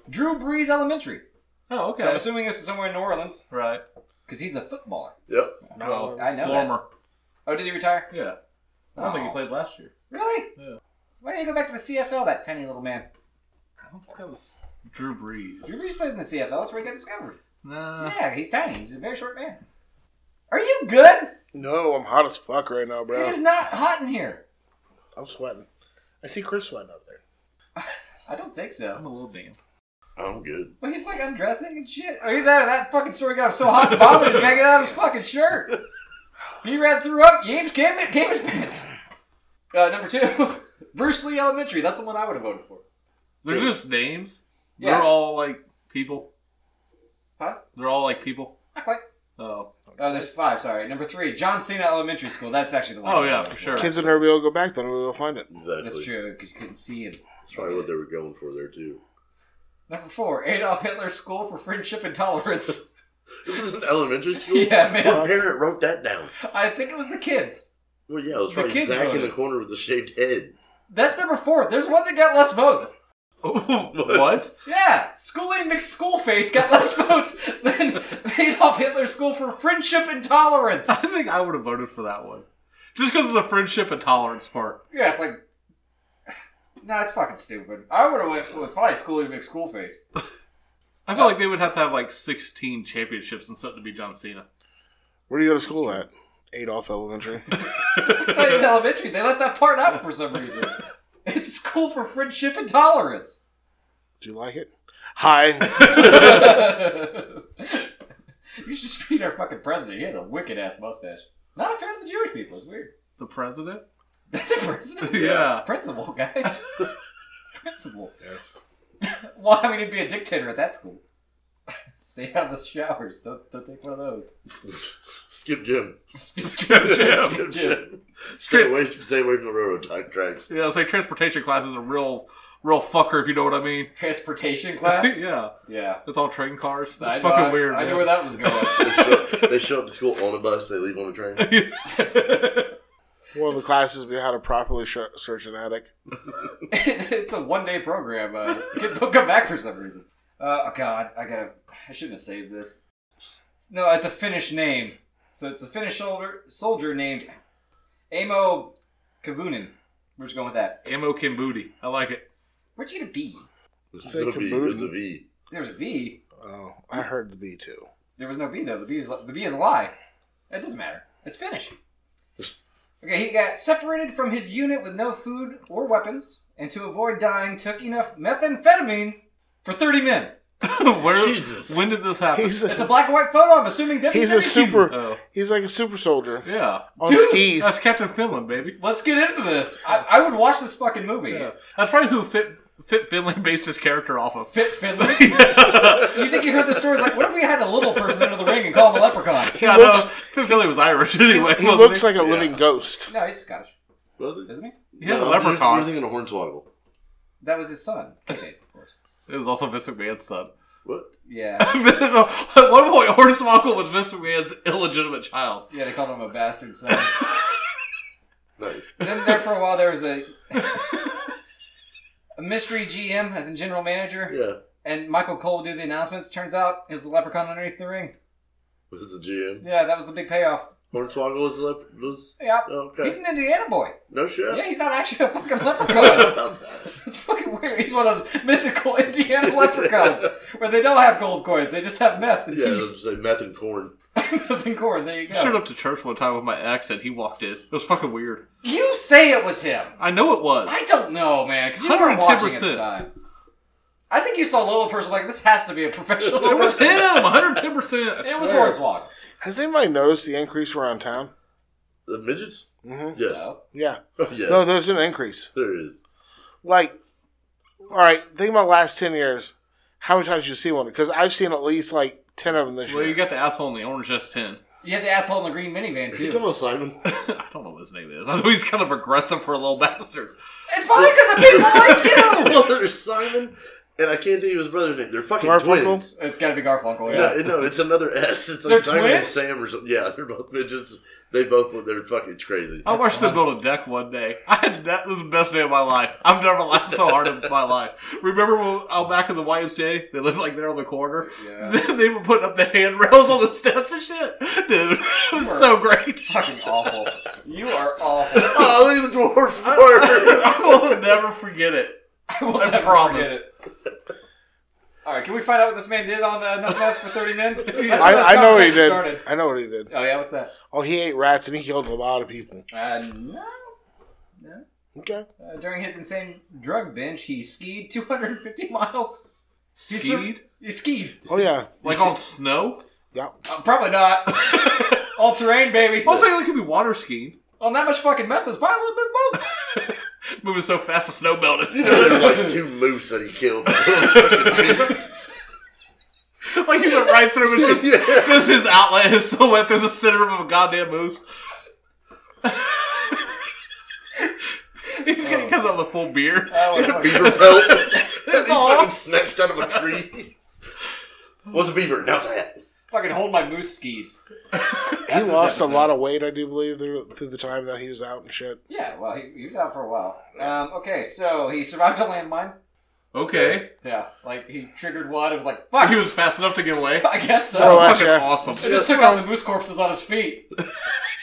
C: Drew Brees Elementary.
A: oh,
C: So I'm
A: okay.
C: assuming this is somewhere in New Orleans
A: right.
C: because he's a footballer.
E: Yep.
A: Well,
C: I know
A: former.
C: Oh, did he retire?
A: Yeah. I don't think he
C: Oh.
A: played last year.
C: Really?
A: Yeah.
C: Why don't you go back to the CFL? That tiny little man.
A: I don't think that was Drew
C: Drew
A: Brees.
C: Brees played in the CFL. That's where he got discovered.
A: Nah.
C: Yeah, he's tiny. He's a very short man. Are you good?
D: No, I'm hot as fuck right now,
C: It
D: bro.
C: is not hot in here.
D: I'm sweating. I see Chris sweating over there.
C: I don't think
A: I'm
C: so.
A: a little damn.
E: I'm good.
C: Well, he's like undressing and shit. Are you that? That fucking story got him so hot and bothered, he's gonna get out of his fucking shirt. B Rad threw up. James came, came his pants. Uh, number two, Bruce Lee Elementary. That's the one I would have voted for.
A: They're just names.
C: Yeah.
A: They're all like people.
C: Huh?
A: They're all like people.
C: Not quite.
A: Oh.
C: Oh, there's five. Sorry. Number three, John Cena Elementary School. That's actually the one.
A: Oh yeah, for sure.
D: Kids in Derby will go back, then we'll find it.
E: Exactly.
C: That's true because you couldn't see him.
E: That's probably what they were going for there too.
C: Number four, Adolf Hitler School for Friendship and Tolerance.
E: This is an elementary school.
C: yeah, man.
E: What parent wrote that down?
C: I think it was the kids.
E: Well, yeah, it was
C: The
E: probably
C: kids
E: Zach
C: wrote
E: in the
C: it.
E: corner with the shaved head.
C: That's number four. There's one that got less votes.
A: what?
C: Yeah, Schooling McSchoolface got less votes than Adolf Hitler School for Friendship and Tolerance.
A: I think I would have voted for that one, just because of the friendship and tolerance part.
C: Yeah, it's like, nah, it's fucking stupid. I would have went with probably Schooling McSchoolface.
A: I feel like they would have to have like 16 championships and something to be John Cena.
D: Where do you go to school at? Adolph Elementary.
C: It's not even elementary. They left that part out for some reason. It's a school for friendship and tolerance.
D: Do you like it? Hi.
C: you should just beat our fucking president. He has a wicked ass mustache. Not a fan of the Jewish people. It's weird.
A: The president?
C: That's a principal.
A: Yeah.
C: Principal, guys. principal.
D: yes.
C: Well, I mean, he'd be a dictator at that school. Stay out of the showers. Don't, don't take one of those.
E: Skip Jim.
A: Jim.
E: Skip Jim. Stay away, stay away from the railroad track tracks.
A: Yeah, it's like transportation class is a real, real fucker if you know what I mean.
C: Transportation class?
A: yeah,
C: Yeah.
A: it's all train cars. It's
C: I-
A: fucking
C: I-
A: weird.
C: I
A: man.
C: knew where that was going.
E: They show, they show up to school on a bus. They leave on a train.
D: One of the classes we how to properly sh- search an attic.
C: it's a one day program. Uh, the kids don't come back for some reason. Uh, oh God, I gotta. I shouldn't have saved this. No, it's a Finnish name. So it's a Finnish soldier soldier named Amo Kavunen. We're just going with that.
A: Ammo Kim Booty. I like it.
C: Where'd you get a B?
D: Say
E: It'll be,
D: Kaboom.
E: it's a V.
C: There was a B.
D: Oh, I heard the B too.
C: There was no B though. The B is the B is a lie. It doesn't matter. It's Finnish. Okay, he got separated from his unit with no food or weapons, and to avoid dying, took enough methamphetamine for thirty men.
A: Where?
E: Jesus.
A: When did this happen?
D: He's
C: It's
D: a,
C: a black and white photo. I'm assuming E. deputy.
D: he's a super.
A: oh,
D: He's like a super soldier
A: yeah.
D: on
C: Dude,
D: skis.
A: That's Captain Finland, baby.
C: Let's get into this. I, I would watch this fucking movie.
A: Yeah. That's probably who Fit Fit Finland based his character off of.
C: Fit Finley. you think you heard the stories like, what if we had a little person under the ring and called him a leprechaun?
A: yeah,
D: looks-
A: no, Fit Finley was Irish anyway.
D: he
A: wasn't
D: looks like a living ghost.
C: No, he's Scottish,
E: Was it?
C: isn't he?
A: he had a
E: No,
A: leprechaun.
E: You're, you're thinking of Hornswoggle.
C: That was his son. Okay, of course.
A: It was also Vince McMahon's son.
E: What?
C: Yeah.
A: At one point, Hornswoggle was Vince McMahon's illegitimate child.
C: Yeah, they called him a bastard son.
E: Nice.
C: then there for a while there was a a mystery GM as in general manager,
E: Yeah.
C: and Michael Cole would do the announcements. Turns out it was the leprechaun underneath the ring.
E: Was the GM?
C: Yeah, that was the big payoff.
E: Hornswoggle was lep- was
C: Yeah.
E: okay.
C: He's an Indiana boy.
E: no shit.
C: Yeah, he's not actually a fucking leprechaun. it's fucking weird. He's one of those mythical Indiana leprechauns where they don't have gold coins. They just have meth and
E: yeah,
C: teeth.
E: I'll just say meth and corn.
C: meth and corn. There you go.
A: I showed up to church one time with my ex, and he walked in. It was fucking weird.
C: You say it was him.
A: I know it was.
C: I don't know, man, because you weren't watching at the
A: 110%.
C: time. I think you saw a little person like this has to be a professional.
A: it was him,
C: wrestler."
A: 110. percent
C: It was Hornswoggle.
D: Has anybody noticed the increase around town?
E: The midgets?
D: Mm-hmm.
E: Yes.
C: No.
D: Yeah.
E: yes.
D: No, there's an increase.
E: There is.
D: Like, all right, think about last 10 years. How many times you see one? Because I've seen at least like 10 of them this
A: Well,
D: year.
A: you got the asshole in the orange S10.
C: You had the asshole in the green minivan too.
E: You talking about Simon?
A: I don't know what his name is. I know he's kind of aggressive for a little bastard.
C: It's probably because of people like you.
E: well, there's Simon, and I can't think of his brother's name. They're fucking
D: Garfunkel?
E: twins.
C: It's got to be Garfunkel. Yeah.
E: No, no, it's another S. It's like
C: They're
E: Simon and
C: twins?
E: Sam or something. Yeah, they're both midgets. They both look, they're fucking it's crazy.
A: I watched them
C: funny.
A: build a deck one day. I had that was the best day of my life. I've never laughed so hard in my life. Remember when out back in the YMCA, they lived like there on the corner.
C: Yeah.
A: they were putting up the handrails on the steps and shit. Dude, it was so great.
C: Fucking awful. You are awful.
E: Oh, look at the dwarf
A: I
E: word.
A: will never forget it.
C: I will
A: I
C: never
A: promise.
C: forget it. All right, can we find out what this man did on uh, Enough Meth for 30 Men? That's where this
D: I, I know what he
C: conversation
D: did.
C: started.
D: I know what he did.
C: Oh, yeah, what's that?
D: Oh, he ate rats and he killed a lot of people.
C: Uh, no. No.
D: Okay.
C: Uh, during his insane drug binge, he skied 250 miles. He sur-
A: Skied?
C: He skied.
D: Oh, yeah.
A: Like on snow?
D: Yeah.
C: Uh, probably not. All terrain, baby.
A: Also, "Oh, it could be water skiing.
C: on that much fucking meth, there's probably a little bit of both.
A: Moving so fast, the snow melted.
E: There's like two moose that he killed.
A: like he went right through. It's just,
E: Yeah.
A: just his outlet, his silhouette through the center of a goddamn moose. He's gonna come out with a full beard.
C: I don't wanna fucking-
E: beaver pelt. that he
A: all.
E: fucking snatched out of a tree. Was a beaver? Now it's a hat.
C: fucking hold my moose skis.
D: He lost a lot of weight, I do believe, through, through the time that he was out and shit.
C: Yeah, well, he, he was out for a while. Um, okay, so he survived a landmine.
A: Okay, Ah,
C: Yeah, like he triggered one. It was like, fuck,
A: he was fast enough to get away.
C: I guess so.
D: Oh, wow.
A: Fucking
D: yeah.
A: awesome.
C: It just took out the moose corpses on his feet.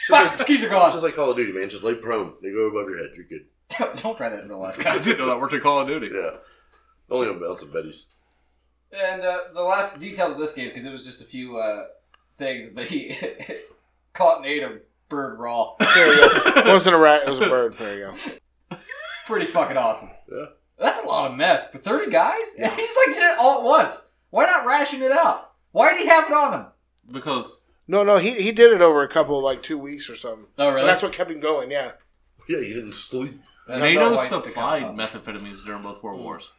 C: fuck, skis are
E: Just
C: gone.
E: like Call of Duty, man. Just lay prone. They go above your head. You're good.
C: Don't try that in real life,
A: I
C: guys.
A: didn't know that worked in Call of Duty.
E: Yeah. Only on Belts and Betty's.
C: And uh, the last detail of this game, because it was just a few uh, things, is that he caught and ate a bird raw.
D: There you go. it wasn't a rat, it was a bird. There you go.
C: Pretty fucking awesome.
E: Yeah.
C: That's a lot of meth for thirty guys. And he just like did it all at once. Why not ration it out? Why did he have it on him?
A: Because
D: No, no, he, he did it over a couple, like two weeks or something.
C: Oh
D: And that's what kept him going, yeah.
E: Yeah, you didn't sleep.
A: NATO supplied methamphetamines during both world wars,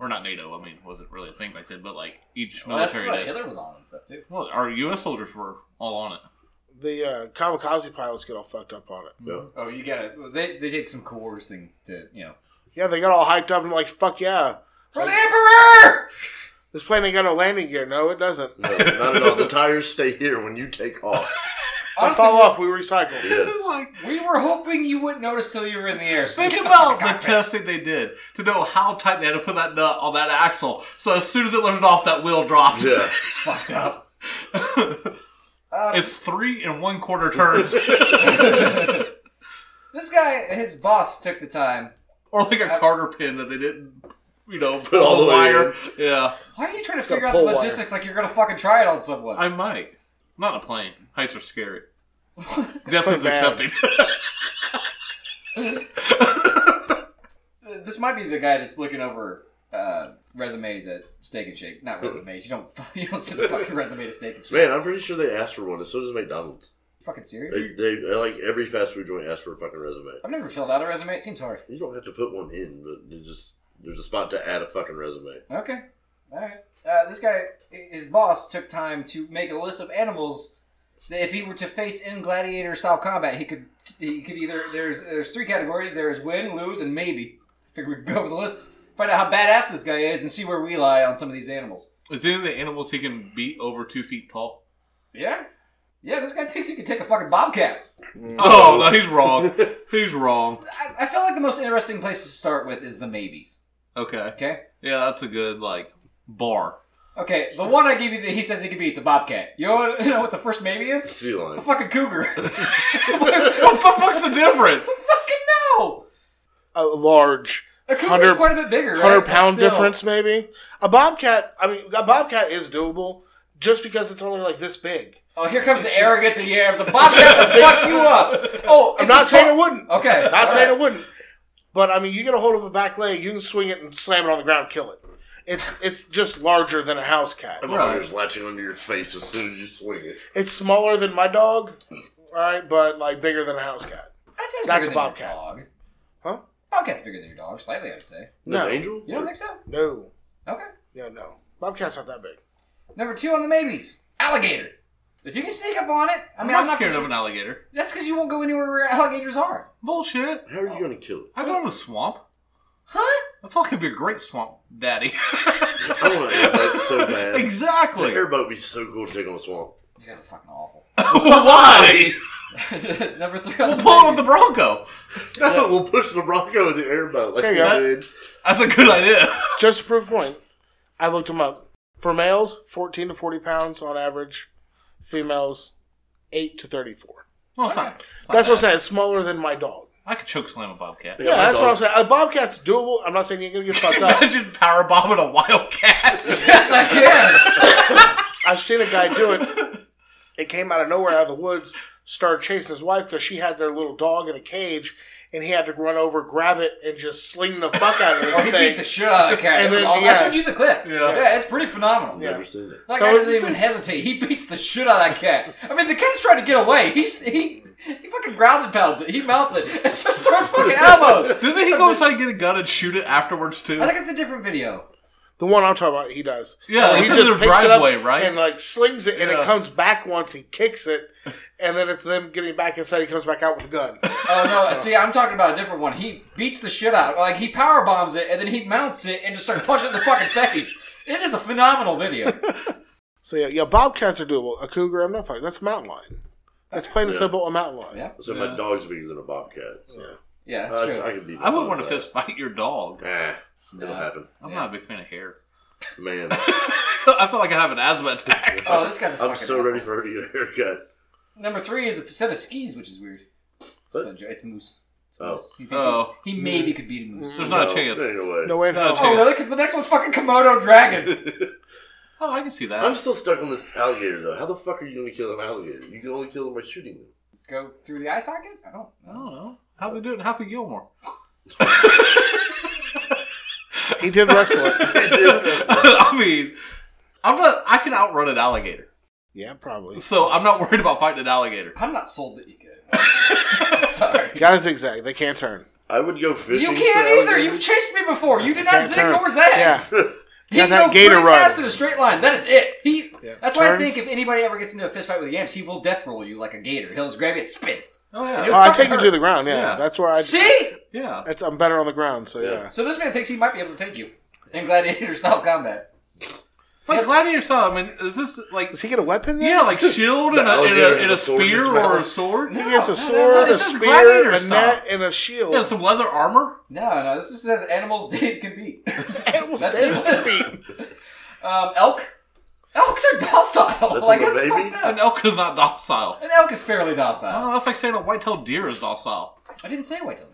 A: or not NATO. I mean, wasn't really a thing back then, but like each
C: Well, Oh, that's
A: military
C: what
A: did.
C: Hitler was on and stuff too.
A: Well, our U.S. soldiers were all on it.
D: The uh, kamikaze pilots get all fucked up on it.
C: Oh, you gotta. They, they take some coercing to you know.
D: Yeah, they got all hyped up and like, fuck yeah.
C: For the emperor.
D: This plane ain't got no landing gear. No, it doesn't.
E: No, not at all. The tires stay here when you take off.
D: I
C: Honestly,
D: fall off, we recycle.
A: It's
E: Yes.
A: like
C: we were hoping you wouldn't notice till you were in the air. So
A: Think
C: get the
A: about
C: fuck
A: the
C: out of it.
A: testing they did to know how tight they had to put that nut on that axle. So as soon as it lifted off, that wheel dropped.
E: Yeah.
C: It's fucked up. Um,
A: it's three and one quarter turns,
C: This guy, his boss, took the time.
A: or like a Carter pin that they didn't, you know, put
E: all
A: on the
E: the way
A: wire. Yeah,
C: Why are you trying to
D: got
C: figure out the
D: pull wire.
C: logistics like you're gonna fucking try it on someone?
A: I might. Not in a plane. Heights are scary. Death
D: But
A: is
D: bad.
A: accepting.
C: this might be the guy that's looking over uh, resumes at Steak and Shake. Not resumes. You don't. You don't send a fucking resume to Steak and Shake.
E: Man, I'm pretty sure they asked for one, and so does McDonald's.
C: Fucking serious.
E: They, they like every fast food joint asks for a fucking resume.
C: I've never filled out a resume. It seems hard.
E: You don't have to put one in, but you just there's a spot to add a fucking resume.
C: Okay. All right. Uh, this guy, his boss, took time to make a list of animals that if he were to face in gladiator style combat, he could. He could either there's there's three categories. There's win, lose, and maybe. Figure we could go over the list, find out how badass this guy is, and see where we lie on some of these animals.
A: is any of the animals he can beat over two feet tall?
C: Yeah. Yeah, this guy thinks he can take a fucking bobcat.
E: Mm.
A: Oh no, he's wrong. he's wrong.
C: I, I feel like the most interesting place to start with is the maybes.
A: Okay.
C: Okay,
A: Yeah, that's a good like bar.
C: Okay, the one I gave you that he says he could be, it's a bobcat. You know what, you know what the first maybe is?
E: Sea
C: A
E: lion.
C: fucking cougar.
A: What the fuck's the difference?
C: fucking no!
D: A large
C: A cougar's
D: 100
C: quite a bit bigger, right?
D: hundred
C: But
D: pound
C: still.
D: difference, maybe. A bobcat. I mean, a bobcat is doable just because it's only like this big.
C: Oh, here comes the arrogance of Yams. The bobcat will fuck you up. Oh,
D: I'm
C: it's a
D: not saying
C: small-
D: it wouldn't.
C: Okay,
D: Not
C: all
D: saying
C: right.
D: it wouldn't. But I mean, you get a hold of a back leg, you can swing it and slam it on the ground, kill it. It's it's just larger than a house cat.
E: I'm
C: Right.
E: always latching onto your face as soon as you swing it.
D: It's smaller than my dog, all right, but like bigger than a house cat.
C: That
D: That's
C: sounds bigger
D: a
C: than your
D: bobcat.
C: dog.
D: Huh?
C: Bobcat's bigger than your dog, slightly, I would say.
D: No.
E: An angel?
C: You don't think so?
D: No,
C: Okay.
D: yeah, no. Bobcat's not that big.
C: Number two on the maybes, alligator. If you can sneak up on it, I
A: I'm
C: mean,
A: not scared of an alligator.
C: That's because you won't go anywhere where alligators are.
A: Bullshit.
E: How are you gonna kill it?
A: I go in the swamp.
C: Huh?
A: I fucking be a great swamp daddy.
E: I
A: Oh,
E: want an airboat so bad. An
A: exactly.
E: airboat would be so cool to take on a swamp.
C: You guys are fucking awful.
A: Why?
C: Number three.
A: We'll pull it with the Bronco.
E: No, we'll push the Bronco with the airboat like
D: There
E: we
D: you go.
E: did.
A: That's a good idea.
D: Just to prove a point, I looked them up. For males, fourteen to forty pounds on average. Females, eight to thirty-four.
A: Well, it's not.
D: That's what I'm saying. It's smaller than my dog.
A: I could choke slam a bobcat.
D: Yeah,
E: my
D: that's
E: dog-
D: what I'm saying. A bobcat's doable. I'm not saying you're gonna get fucked up.
A: Imagine power bombing a wildcat.
C: Yes, I can.
D: I've seen a guy do it. It came out of nowhere, out of the woods, started chasing his wife because she had their little dog in a cage, and he had to run over, grab it, and just sling the fuck out of
C: oh,
D: this
C: he
D: thing.
C: beat the shit out of the cat.
D: And
C: It was
D: then,
C: awesome. I
D: yeah.
C: showed you the clip.
A: Yeah.
C: it's pretty phenomenal.
D: Yeah.
E: Never seen it.
C: Like,
D: So
C: I
D: it's-
C: doesn't even
D: it's-
C: hesitate. He beats the shit out of that cat. I mean, the cat's trying to get away. He's, he he fucking ground and pounds it. He mounts it and starts throwing fucking elbows.
A: Doesn't he go inside and get a gun and shoot it afterwards too?
C: I think it's a different video.
D: The one I'm talking about, he does.
A: Yeah,
D: Oh, he
A: it's in their
D: picks it up
A: driveway, right?
D: And like slings it, and it
A: Yeah.
D: comes back once he kicks it, and then it's them getting back inside. He comes back out with a gun.
C: Oh no! See, I'm talking about a different one. He beats the shit out. Like he power bombs it, and then he mounts it and just starts punching it in the fucking face. It is a phenomenal video.
D: so yeah, yeah, bobcats are doable. A cougar, I'm not fucking. That's a mountain lion. That's plain and
E: Yeah.
D: simple a mountain lion.
C: Yeah,
E: So my dog's bigger than a bobcat. So
C: yeah, that's
E: I, Uh, I
C: true.
E: could be.
A: I wouldn't want to fist fight your dog.
E: Nah, it'll
C: Nah.
E: happen,
A: I'm not a big fan of hair.
E: man.
A: I feel like I'd have an asthma attack.
C: Oh, this guy's a fucking.
E: I'm so
C: asshole.
E: ready for her to get a haircut.
C: Number three is a set of skis, which is weird.
E: What?
C: It's moose. It's
E: Oh.
C: moose. He, thinks
A: Oh, Mm.
C: he, he maybe could beat a moose.
A: there's not
E: No,
A: a chance.
E: there ain't no way.
D: No way,
A: No
D: no.
C: Oh, really? Because the next one's fucking Komodo dragon.
A: Oh, I can see that.
E: I'm still stuck on this alligator though. How the fuck are you gonna kill an alligator? You can only kill them by shooting them.
C: Go through the eye socket? I don't
A: I
C: know.
A: don't know. How they do it in Happy Gilmore?
D: He did wrestle it.
A: I mean, I'm not. I can outrun an alligator,
D: Yeah, probably.
A: so I'm not worried about fighting an alligator.
C: I'm not sold that you could. Sorry.
D: Gotta zigzag. They can't turn.
E: I would go fishing.
C: You
E: for
C: can't either.
E: alligators.
C: You've chased me before. You did not
D: Can't
C: zig
D: turn.
C: nor zag.
D: Yeah.
C: He
D: Yeah,
C: can
D: that
C: go
D: gator
C: pretty
D: run.
C: fast in a straight line. That is it. He.
D: Yeah.
C: That's why I
D: Turns.
C: think if anybody ever gets into a fist fight with yams, he will death roll you like a gator. He'll just grab you and spin.
A: Oh
D: Oh,
A: yeah,
D: I
C: fucking
D: take you
C: hurt.
D: to the ground. Yeah,
A: Yeah.
D: that's where I.
C: See?
A: yeah.
D: That's, I'm better on the ground. So yeah.
C: So this man thinks he might be able to take you in gladiator style combat.
A: Like gladiator style. I mean, is this like
D: Does he get a weapon? Then?
A: yeah, like shield and a,
E: The
A: and
E: alligator
A: a,
E: has
A: and
E: a
A: a
E: sword in
A: spear
E: its
A: or a
E: mouth.
A: sword?
D: He gets
C: No,
D: a
C: no,
D: sword,
C: no,
D: a
A: this is
D: spear,
A: gladiator
D: a
A: style.
D: net, and a shield.
A: Yeah, some leather armor.
C: No, no. This just says animals Dave can beat.
D: Animals
C: That's
D: dead.
C: his list. Um, elk. Elks are docile.
E: That's
C: like
E: a
C: that's
E: little baby.
C: fucked
A: An
C: up.
A: elk is not docile.
C: An elk is fairly docile.
A: Oh, that's like saying a white-tailed deer is docile.
C: I didn't say white tail.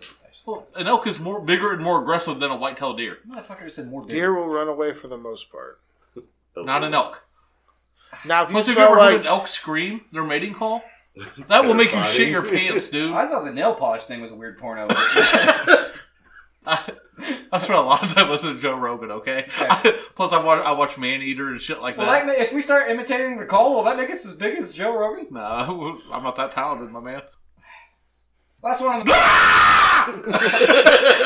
A: Well, an elk is more bigger and more aggressive than a white-tailed deer.
C: Motherfucker said more
D: Deer will run away for the most part.
A: Not an elk.
D: Now, if you
A: Plus, have you
D: smell
A: ever heard
D: like
A: an elk scream? Their mating call. That will make you shit your
E: Terrifying.
A: pants, dude.
C: I thought the nail polish thing was a weird porno.
A: I, I spent a lot of time listening to Joe Rogan. Okay.
C: Okay.
A: plus, I watch I watch Man Eater and shit like
C: Will
A: that.
C: that, ma- if we start imitating the call, will that make us as big as Joe Rogan?
A: no, I'm not that talented, my man.
C: Last one on the.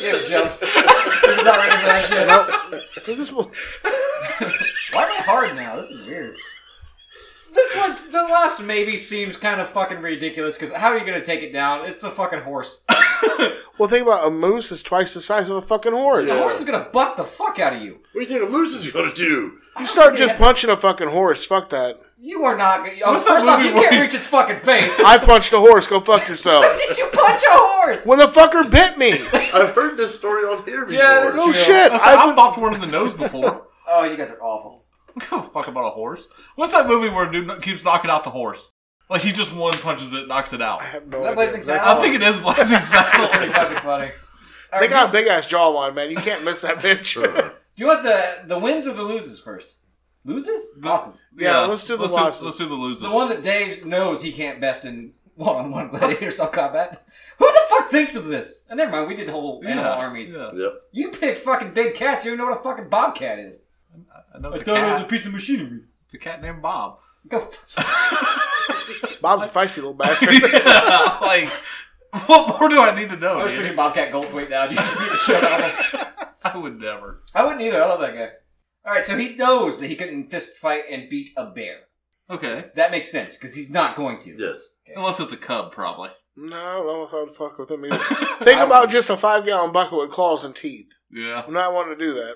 C: yeah, jumped. He was not ready for that shit.
D: so this will,
C: Why am I hard now? This is weird. This one's the last maybe seems kind of fucking ridiculous because how are you gonna take it down? It's a fucking horse. A
D: well, think about it, a moose is twice the size of a fucking horse.
E: Yeah.
C: horse is gonna buck the fuck out of you.
E: What do you think a moose is gonna do?
D: You start just punching a fucking horse. Fuck that.
C: You are not. gonna- Oh,
A: What's that
C: first off,
A: movie
C: you
A: where
C: can't
A: he-
C: reach its fucking face.
D: I punched a horse. Go fuck yourself.
C: Did you punch a horse?
D: When the fucker bit me.
E: I've heard this story on here before.
C: Yeah, that's
D: Oh
C: true.
D: shit!
A: I said,
D: I
A: I've
D: would,
A: bopped one in the nose before.
C: Oh, you guys are awful.
A: Go fuck about a horse. What's that movie where a dude keeps knocking out the horse? Like he just one punches it, knocks it out.
D: I have no
C: That
D: idea.
C: Blazing
D: That's-
C: Saddles?
A: I think it is Blazing
C: That's
A: Saddles.
C: fucking funny. All
D: They
C: right,
D: got a
C: do,
D: big ass jawline, man. You can't miss that bitch. yeah,
C: do you want the the wins or the loses first? Loses? Losses.
D: let's do the
A: let's
D: losses.
A: Do, let's do the losers.
C: The one that Dave knows he can't best in one on one gladiator style combat. Who the fuck thinks of this? And never mind, we did whole
A: Yeah,
C: animal armies.
A: yeah.
E: Uh, Yep.
C: You picked fucking big cats. You don't know what a fucking bobcat is.
A: I know the cat.
C: piece of machinery.
A: the cat named Bob.
C: Go fuck
D: Bob's a feisty little bastard.
A: yeah, like what more do I need to know?
C: I was
A: dude?
C: pushing Bobcat Goldthwait down. You just beat the shit out of him.
A: I would never.
C: I wouldn't either. I love that guy. All right, so he knows that he couldn't fist fight and beat a bear.
A: Okay,
C: That makes sense because he's not going to.
E: Yes.
A: unless it's a cub, probably.
D: no, I don't know if I'd fuck with him either. Think about just a five gallon bucket with claws and teeth.
A: Yeah,
D: I'm not wanting to do that.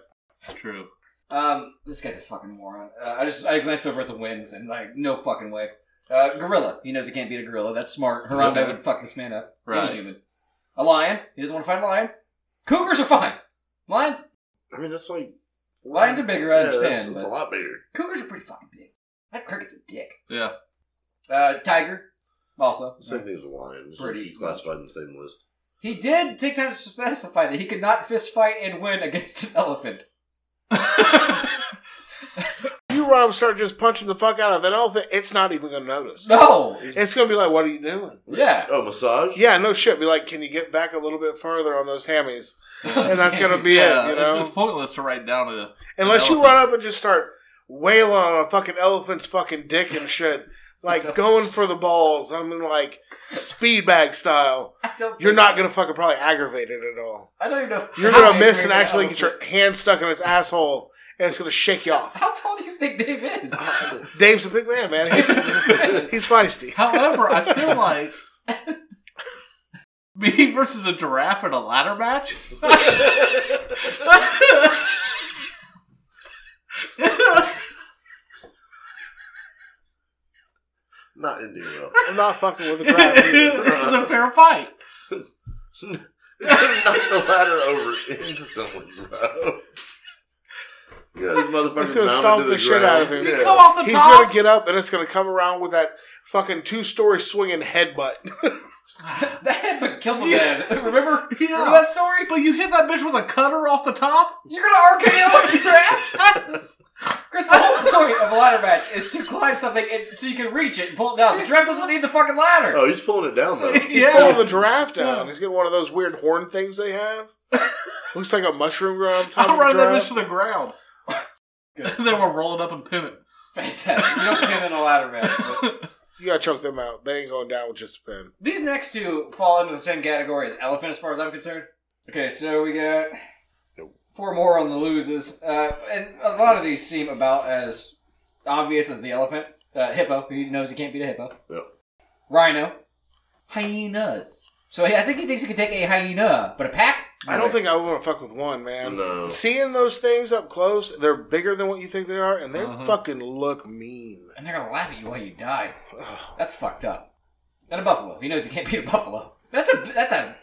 A: it's true.
C: Um, this guy's a fucking moron. Uh, I just I glanced over at the wins and like no fucking way. Uh, gorilla. He knows he can't beat a gorilla. That's smart. Harambe
A: Yeah.
C: would fuck this man up. Any
A: Right.
C: Human. A lion. He doesn't want to fight a lion. Cougars are fine. Lions.
E: I mean, that's like.
C: Lions are bigger. I
E: Yeah, that's-
C: understand.
E: It's
C: but
E: a lot bigger.
C: cougars are pretty fucking big. That cricket's a dick.
A: Yeah,
C: Uh, tiger. Also.
E: Same thing as a lion. It's
C: Pretty
E: Pretty classified in the same list.
C: He did take time to specify that he could not fist fight and win against an elephant.
D: You run up and start just punching the fuck out of an elephant, it's not even going to notice.
C: No.
D: It's going to be like, what are you doing?
C: Yeah.
E: Oh, massage?
D: Yeah, no shit. Be like, can you get back a little bit further on those hammies? And that's going to be
A: yeah.
D: it, you
A: It's
D: know?
A: pointless to write down a.
D: Unless you run up and just start wailing on a fucking elephant's fucking dick and shit. Like, going for the balls. I mean, like, speed bag style.
C: I don't
D: You're
C: think-
D: not going to fucking probably aggravate it at all.
C: I don't even know.
D: You're
C: how
D: going to
C: big
D: miss and
C: an
D: actually get your
C: elephant-
D: hand stuck in his asshole, and it's going to shake you off.
C: How tall do you think Dave is?
D: Dave's a big man, man. He's, he's feisty.
A: However, I feel like me versus a giraffe in a ladder match.
E: Not in well.
D: I'm not fucking with the crowd.
A: it's a fair fight.
E: Knock the ladder over instantly, bro. Yeah, this motherfucker's
D: It's gonna
E: bound
D: stomp
E: into
D: the shit out of him.
E: Yeah.
A: Come off the
D: He's
A: top.
D: gonna get up and it's gonna come around with that fucking two story swinging headbutt.
C: That had been killed
A: Yeah.
C: yeah. Remember?
A: Yeah.
C: Remember that story?
A: But you hit that bitch with a cutter off the top?
C: You're gonna RKO a giraffe? Chris, the whole point of a ladder match is to climb something and, so you can reach it and pull it down. The giraffe doesn't need the fucking ladder.
E: Oh, he's pulling it down, though.
D: Pulling
A: Yeah.
D: the giraffe down. He's getting one of those weird horn things they have. Looks like a mushroom growing on top
A: I'll
D: of the
A: run that bitch
D: giraffe.
A: to the ground. then we'll roll it up and pin
C: Fantastic. You don't pin in a ladder match. but-
A: it.
D: You gotta choke them out. They ain't going down with just a pin.
C: These next two fall into the same category as elephant, as far as I'm concerned. Okay, so we got four more on the loses, uh, and a lot of these seem about as obvious as the elephant. Uh, hippo, he knows he can't beat a hippo.
E: Yep.
C: Rhino, hyenas. So I think he thinks he can take a hyena, but a pack?
D: I don't think I would want to fuck with one, man.
E: No.
D: Seeing those things up close, they're bigger than what you think they are, and they
A: Uh-huh.
D: fucking look mean.
C: And they're gonna laugh at you while you die. That's fucked up. And a buffalo. He knows he can't beat a buffalo. That's a that's a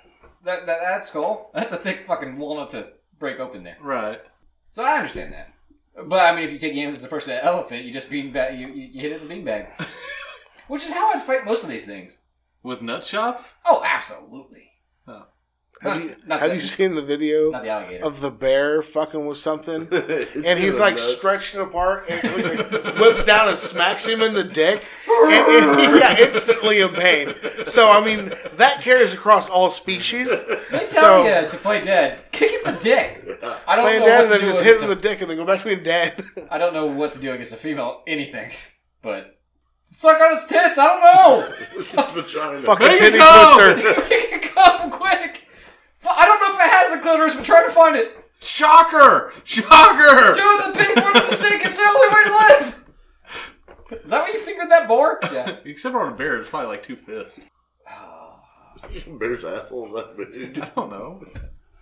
C: that, that that skull. That's a thick fucking walnut to break open there.
A: right.
C: So I understand that. But I mean, if you take Yams as the first to elephant, you just beanbag, you, you, you hit it in the beanbag. Which is how I'd fight most of these things.
A: With nut shots?
C: Oh, absolutely.
D: Have
C: Not-
D: you,
C: not
D: have
C: the-
D: you seen the video
C: Not the alligator.
D: of the bear fucking with something?
E: It's
D: and he's
E: doing
D: like
E: that.
D: stretched apart and he, like, whips down and smacks him in the dick. And- and- yeah, instantly in pain. So I mean, that carries across all species.
C: they tell
D: so-
C: you to play dead. Kick him the dick. I don't
D: Playing
C: know
D: dead and
C: what
D: then
C: to do
D: just
C: against
D: hitting
C: a-
D: the dick and then go back to being dead.
C: I don't know what to do against a female anything, but suck on its tits. I don't know.
E: It's vagina.
D: Fucking
A: There you
D: titty
A: go!
D: twister.
C: Come quick! Fu- I don't know if it has a clitoris, but try to find it.
A: Shocker! Shocker!
C: Dude, the pink one of the stink is the only way to live. Is that what you figured that bore? Yeah.
A: Except for on a bear, it's probably like two fists.
E: Bear's assholes, that big.
A: I don't know.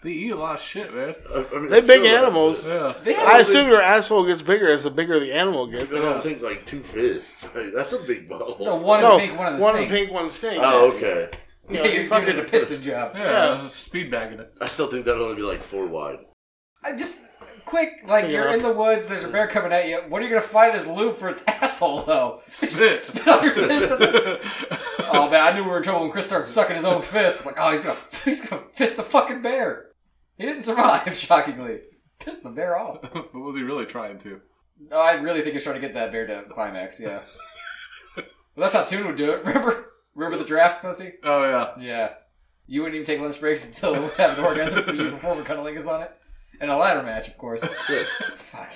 A: They eat a lot of shit, man.
E: I mean,
D: They
E: I
D: big
E: feel that.
D: animals.
A: Yeah.
C: They have
D: I assume your asshole gets bigger as the bigger the animal gets.
E: I don't think like two fists. Like, that's a big bottle.
C: No, one of
D: No,
C: the pink, one of the
D: one of the
C: stink.
D: pink, one of the stink.
E: Oh, okay.
D: You know,
C: Yeah, you're
D: you fucking-
C: giving it a piston job.
A: Yeah, speed bagging it.
E: I still think that'd only be like four wide.
C: I just quick, like you're
D: Yeah.
C: in the woods, there's a bear coming at you. What are you gonna find as lube for its asshole though? Spit, spit on your fist. That's what- oh man, I knew we were in trouble when Chris started sucking his own fist. Like, oh, he's gonna he's gonna fist the fucking bear. He didn't survive, shockingly. Pissed the bear off.
A: what was he really trying to?
C: No, I really think he's trying to get that bear to climax. Yeah. well, that's how Toon would do it. Remember, remember the draft pussy.
A: Oh yeah.
C: Yeah. You wouldn't even take lunch breaks until we have an orgasm for you perform a cunnilingus on it. And a ladder match, of course.
E: Yes.
C: Fuck.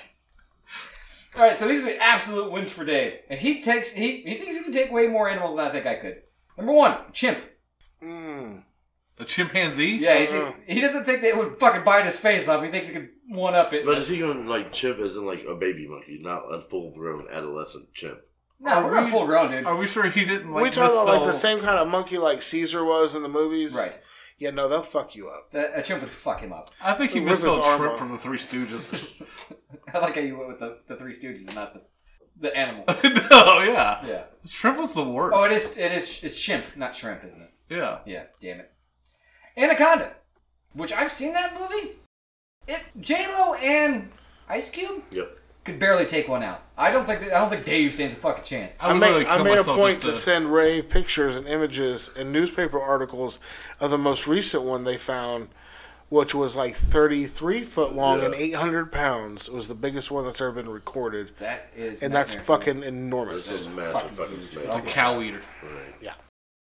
C: Alright, so these are the absolute wins for Dave. And he takes he, he thinks he can take way more animals than I think I could. Number one, chimp.
D: Mm.
A: A chimpanzee?
C: Yeah, he, think, he doesn't think they would fucking bite his face off. He thinks he could one up it.
E: But is he going to like chimp as in like a baby monkey, not a full grown adolescent chimp?
C: no, we're not full grown, dude.
A: Are we sure he didn't like
D: we talking about like the
A: misspell-
D: same kind of monkey like Caesar was in the movies,
C: Right.
D: Yeah, no, they'll fuck you up.
C: That, a chimp would fuck him up.
A: I think he
D: Rip his
A: misspelled
D: arm
A: shrimp
D: off.
A: from the Three Stooges.
C: I like how you went with the, the three stooges and not the the animal.
A: no, yeah.
C: Yeah.
A: Shrimp was the worst.
C: Oh it is it is it's chimp, not shrimp, isn't it?
A: Yeah.
C: Yeah, damn it. Anaconda, which I've seen that movie. It J Lo and Ice Cube
E: Yep.
C: could barely take one out. I don't think that, I don't think Dave stands a fucking chance.
D: I,
A: would literally
D: made, I
A: kill
D: made a
A: myself
D: point to
A: just
D: send Ray pictures and images and newspaper articles of the most recent one they found, which was like 33 foot long and
E: Yeah.
D: 800 pounds. was the biggest one that's ever been recorded.
C: That is
D: And that's
C: nightmare.
D: fucking
E: That's
D: enormous.
E: a massive fucking snake.
A: It's a cow eater.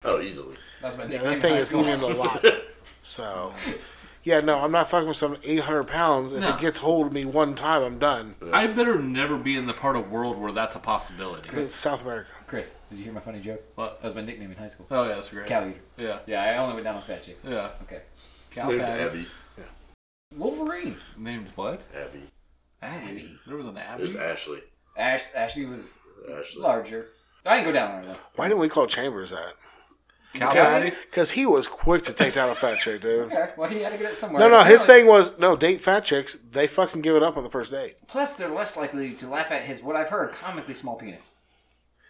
E: Oh, easily.
C: That's my
D: Yeah,
C: nickname.
D: that thing
C: in
D: is
C: high school.
D: eating a lot. So, yeah, no, I'm not fucking with some 800 pounds. If
A: No.
D: it gets hold of me one time, I'm done.
A: I better never be in the part of world where that's a possibility.
D: It's South America.
C: Chris, did you hear my funny joke?
A: What?
C: That was my nickname in high school.
A: Oh yeah, that's great.
C: Cow eater.
A: Yeah.
C: Yeah, I only went down on fat chicks.
A: Yeah.
C: Okay. Cow
E: Named
C: fat.
E: Abby.
C: Wolverine.
A: Named what?
E: Abby.
C: Abby.
A: There was an Abby.
E: There's Ashley.
C: Ash, Ashley was
E: Ashley.
C: larger. I didn't go down on her though.
D: Why didn't we call Chambers that?
A: Cow
C: Cow
A: Patty?
C: eater?
D: Because he was quick to take down a fat chick, dude.
C: Okay, well he had to get it somewhere.
D: No, no, his
C: Apparently-
D: thing was no date fat chicks. They fucking give it up on the first date,
C: Plus, they're less likely to laugh at his what I've heard comically small penis.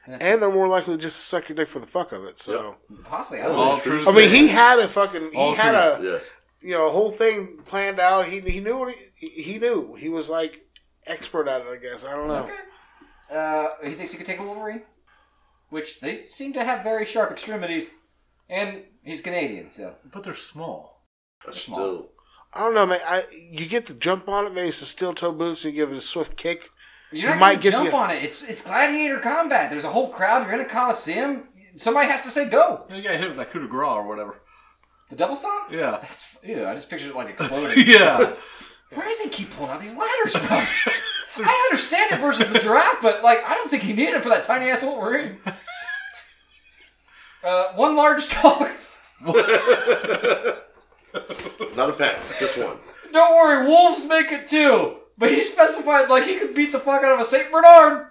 C: And that's
D: and they're more likely to just suck your dick for the fuck of it. So
C: possibly,
D: Oh.
C: I don't
A: All
C: know.
A: true.
D: I mean, he had a fucking he
A: All
D: had a
E: Yeah.
D: you know a whole thing planned out. He he knew what he he knew. He was like expert at it. I guess I don't know.
C: Uh, he thinks he could take a Wolverine, which they seem to have very sharp extremities, and he's Canadian, so
A: But they're small.
E: Still.
D: I don't know, man. I you get to jump on it, maybe some steel toe boots, and you give it a swift kick.
C: you're not
D: You
C: going
D: might
C: to
D: get
C: jump
D: the-
C: on it. It's it's gladiator combat. There's a whole crowd. You're in a coliseum. Somebody has to say go.
A: You got hit with that coup de grace or whatever.
C: The double stomp.
A: Yeah.
C: That's ew, I just pictured it like exploding.
A: yeah.
C: Where does he keep pulling out these ladders from? I understand it versus the giraffe, but like I don't think he needed it for that tiny ass Wolverine. Uh, one large dog.
E: Not a pack. Just one.
C: Don't worry, wolves make it too. But he specified like he could beat the fuck out of a Saint Bernard.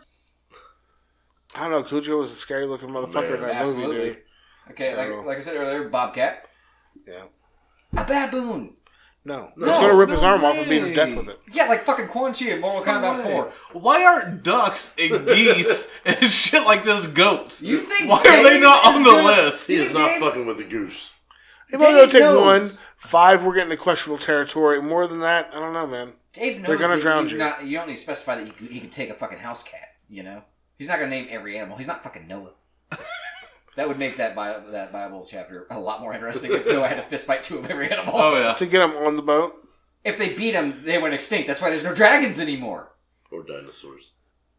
D: I don't know. Cujo was a scary looking motherfucker in
E: Man,
D: that movie, dude.
C: Okay,
D: So-
C: like, like I said earlier, bobcat,
D: Yeah.
C: a baboon.
D: No, he's gonna rip his arm off and beat him to death with it.
C: Yeah, like fucking Quan Chi in Mortal Kombat
A: Why?
C: Four.
A: Why aren't ducks and geese and shit like this goats?
C: You think
A: Why are they
C: Dave
A: not
C: is
A: on the
C: gonna-
A: list?
E: He is not
C: Dave-
E: fucking with the goose.
D: If I'm gonna
C: Dave
D: take
C: knows.
D: one, five, we're getting into questionable territory. More than that, I don't know, man.
C: Dave knows
D: They're gonna
C: that
D: drown
C: you.
D: you.
C: Not, you don't need to specify that he could, he could take a fucking house cat. You know, he's not gonna name every animal. He's not fucking Noah. that would make that Bible, that Bible chapter a lot more interesting if Noah had to fist fight two of every animal.
A: Oh yeah.
D: To get him on the boat,
C: If they beat him, they went extinct. That's why there's no dragons anymore.
E: Or dinosaurs.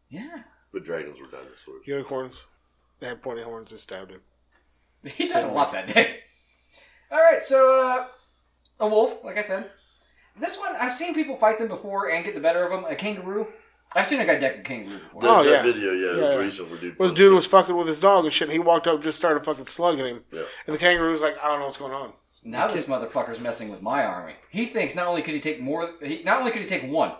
C: Yeah,
E: But dragons were dinosaurs.
D: unicorns. They had pointy horns and stabbed him.
C: he died a lot that day. All right, so uh, a wolf, like I said. This one, I've seen people fight them before and get the better of them. A kangaroo. I've seen a guy deck a kangaroo before.
E: That,
D: Oh,
E: that
D: yeah.
E: video, yeah,
D: Yeah,
E: it
D: yeah.
E: was recent where dude.
D: Well, the dude was fucking with his dog and shit. And he walked up, and just started fucking slugging him,
E: Yeah.
D: and the kangaroo's like, "I don't know what's going on."
C: Now this motherfucker's messing with my army. He thinks not only could he take more, he, not only could he take one,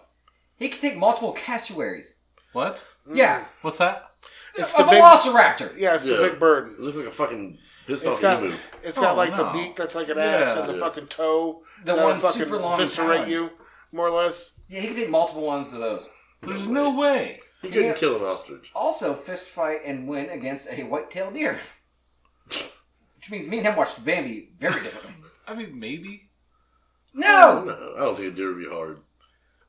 C: he could take multiple cassowaries.
A: What?
C: Yeah,
A: What's that?
D: Mm. It's
C: a
D: the big-
C: velociraptor.
D: Yeah, it's the
E: Yeah.
D: big bird.
E: It looked like a fucking pissed
D: It's
E: off
D: got,
E: emu.
D: it's got
A: Oh,
D: like the
A: no.
D: beak that's like an axe
A: Yeah.
D: and the
E: Yeah.
D: fucking toe.
C: The
D: that'll
C: one super long
D: Eviscerate
C: talon.
D: you, more or less.
C: Yeah, he could take multiple ones of those.
A: There's no way.
E: He couldn't
C: Yeah.
E: kill an ostrich.
C: Also, fist fight and win against a white-tailed deer, which means me and him watched Bambi very differently.
A: I mean, maybe.
C: No,
D: Oh,
E: No, I don't think a deer would be hard.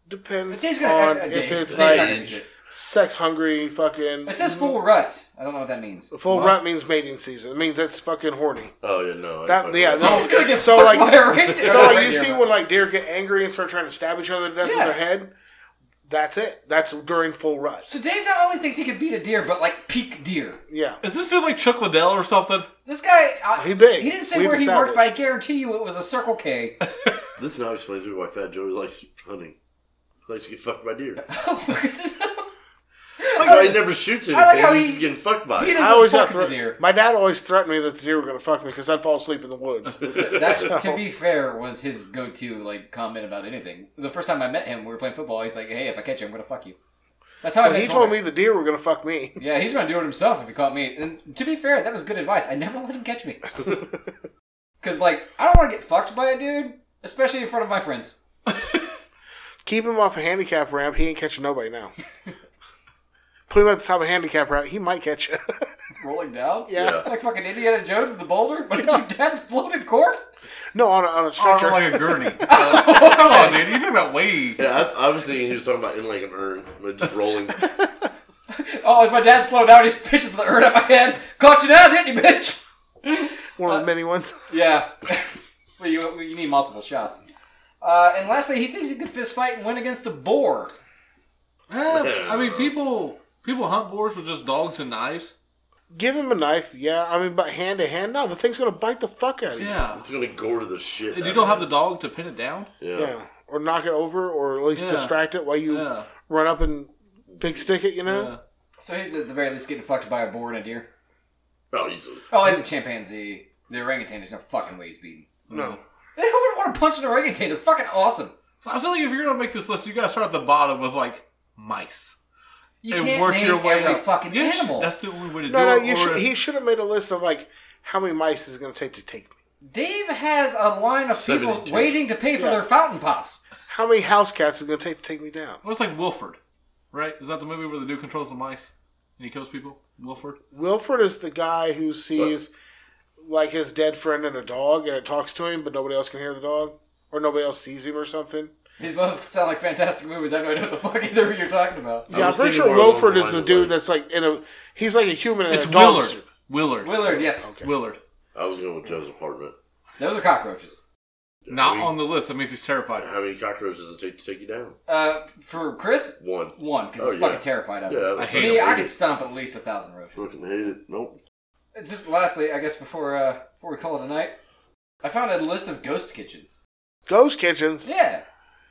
D: Depends
C: Dave's
D: on
C: gonna- uh,
D: if
C: Dave-
D: it's
C: Dave's not gonna
D: like
C: use it.
D: sex hungry fucking.
C: It says full rut. I don't know what that means.
D: Full rut means mating season. It means that's fucking horny.
E: Oh yeah, no. I
D: That
E: fucking-
D: yeah.
C: I
D: No.
C: was gonna get
D: so
C: fucked
D: like
C: by a reindeer.
D: so like
C: Reindeer.
D: you see when like deer get angry and start trying to stab each other to death with
C: Yeah.
D: their head. That's it. That's during full rut.
C: So Dave not only thinks he could beat a deer, but like peak deer.
D: Yeah.
A: Is this dude like Chuck Liddell or something?
C: This guy, I,
D: He big.
C: He didn't say
D: We've
C: where he worked, but I
D: established.
C: guarantee you it was a Circle K.
E: This now explains to me why Fat Joey likes hunting. He likes to get fucked by deer. So he never shoots anything.
C: I like how
E: he's
C: he-
E: just getting fucked by.
C: he
E: it.
D: I
C: doesn't
D: always got
C: fuck with a
D: thre-
C: deer.
D: My dad always threatened me that the deer were gonna fuck me because I'd fall asleep in the woods.
C: That's to be fair was his go-to like comment about anything. The first time I met him, we were playing football. He's like, "Hey, if I catch you, I'm gonna fuck you." That's how I
D: But
C: met
D: he
C: Tomer.
D: told me the deer were gonna fuck me.
C: Yeah, he's gonna do it himself if he caught me. And to be fair, that was good advice. I never let him catch me. Cause like I don't want to get fucked by a dude, especially in front of my friends.
D: Keep him off a handicap ramp. He ain't catching nobody now. Put him at the top of a handicap ramp. He might catch you.
C: Rolling down,
D: Yeah.
C: like fucking Indiana Jones in the boulder, but it's your dad's floated corpse.
D: no, on a, on a
A: Oh,
D: stretcher.
A: like a gurney. Uh, come on, dude. You took that way.
E: Yeah, I, I was thinking he was talking about in like an urn, but just rolling.
C: Oh, as my dad slowed down, he pitches the earth at my head. Caught you now, didn't you, bitch?
D: One of the many ones.
C: Yeah. well, you, you need multiple shots. Uh, and lastly, he thinks he could fist fight and win against a boar.
A: Eh, I mean, people people hunt boars with just dogs and knives.
D: Give him a knife, yeah. I mean, but hand to hand, no. The thing's gonna bite the fuck out of you.
A: Yeah.
E: It's gonna gore to the shit.
A: And
E: out
A: you
E: of
A: don't have the
E: him.
A: dog to pin it down.
E: Yeah.
D: Yeah. Or knock it over, or at least
A: Yeah.
D: distract it while you
A: Yeah.
D: run up and big stick it. You know.
A: Yeah.
C: So he's at the very least getting fucked by a boar and a deer.
E: Oh, he's a,
C: Oh, and the chimpanzee. The orangutan, there's no fucking way he's beaten.
D: No.
C: Who would want to punch an orangutan? They're fucking awesome.
A: I feel like if you're gonna make this list, you gotta start at the bottom with like mice
C: You
A: and
C: can't
A: work
C: name
A: your way
C: every
A: up.
C: fucking
A: Yeah, sh-
C: animal.
A: That's the only way to
D: No,
A: do
D: no.
A: it.
D: You
A: or
D: should.
A: if-
D: He should have made a list of like how many mice is it gonna take to take me.
C: Dave has a line of people
E: 72.
C: waiting to pay for
D: Yeah.
C: their fountain pops.
D: How many house cats is it gonna take to take me down?
A: Well, it's like Wilford, right? Is that the movie where the dude controls the mice and he kills people? Wilford.
D: Wilford is the guy who sees like his dead friend and a dog, and it talks to him, but nobody else can hear the dog, or nobody else sees him, or something.
C: These both sound like fantastic movies. I have no idea what the fuck either of you are talking about.
D: Yeah, I'm
E: was
D: pretty
E: thinking
D: sure
E: more along
D: Wilford
E: the
D: is the
E: lines of,
D: dude
E: like-
D: that's like in a. He's like a human in
A: It's
D: a dog
A: Willard.
D: suit.
A: Willard.
C: Willard, yes.
A: Willard.
E: I was going with Joe's apartment.
C: Those are cockroaches.
A: Not
E: we-
A: on the list. That means he's terrified.
E: How many cockroaches does it take to take you down?
C: Uh, for Chris,
E: One.
C: one, because
E: Oh,
C: he's
E: yeah.
C: fucking terrified of
E: Yeah,
C: it.
E: that was
A: hate
E: fucking
A: it.
C: Me, I
E: weird.
C: could stomp at least a thousand roaches.
E: Fucking hate it. Nope.
C: It's Just lastly, I guess before uh, before we call it a night, I found a list of ghost kitchens.
D: Ghost kitchens.
C: Yeah,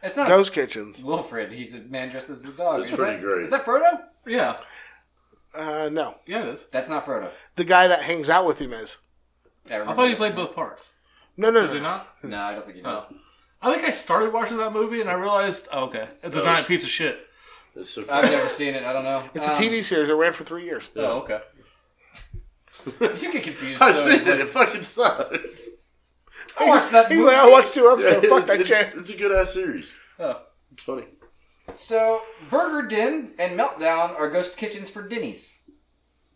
C: it's not
D: Ghost kitchens.
C: Wilfred. He's a man dressed as a dog.
E: That's
C: is
E: pretty
C: that,
E: great.
C: Is that Frodo?
A: Yeah.
D: Uh, no,
A: Yeah, it is.
C: That's not Frodo.
D: the guy that hangs out with him is.
C: Yeah,
A: I
C: remember
A: thought he
C: that.
A: played both parts.
D: No, no,
A: Is
D: no.
A: he
D: no.
A: not?
C: No, I don't think he does.
A: Oh. I think I started watching that movie and I realized, oh, okay, it's a
E: No,
A: giant
E: it's-
A: piece of shit.
E: It's so
C: I've never seen it. I don't know.
D: It's a
C: Um,
D: TV series that ran for three years.
A: Oh, okay.
C: You get confused.
E: I've
C: so
E: seen
C: easily.
E: it. It fucking sucks.
C: I watched that
D: He's
C: movie.
D: like, I watched two episodes. Fuck that
E: it's,
D: shit.
E: it's a good ass series.
C: Oh.
E: It's funny.
C: So, Burger Din and Meltdown are ghost kitchens for Denny's.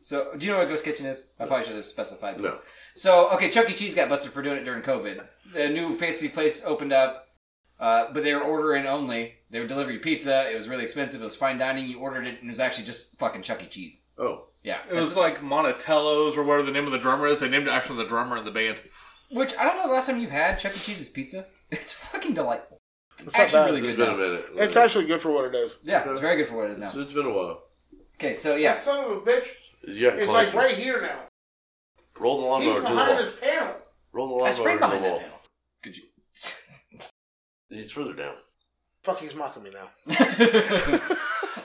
C: So, do you know what a ghost kitchen is? I probably should have specified. that.
E: No.
C: So, okay, Chuck E. Cheese got busted for doing it during COVID. The new fancy place opened up, uh, but they were ordering only. They were delivering pizza. It was really expensive. It was fine dining. You ordered it, and it was actually just fucking Chuck E. Cheese.
E: Oh.
C: Yeah.
A: It was like Monticello's or whatever the name of the drummer is. They named it after the drummer in the band.
C: Which, I don't know the last time you've had Chuck E. Cheese's pizza. It's fucking delightful. It's
D: not
C: actually
D: bad.
C: really
E: It's
C: good
E: been a
C: now.
E: minute.
D: It's actually good for what it is.
C: Yeah, it's very good for what it is now.
E: So it's been a while.
C: Okay, so yeah.
D: Son of a bitch.
E: Yeah.
D: here now.
E: Roll the lawnmower to the wall.
D: panel.
E: Roll the
C: I
E: lawnmower
C: sprang
E: to the
C: behind that
E: wall.
C: panel. Could you?
E: He's further down.
D: Fuck, he's mocking me now.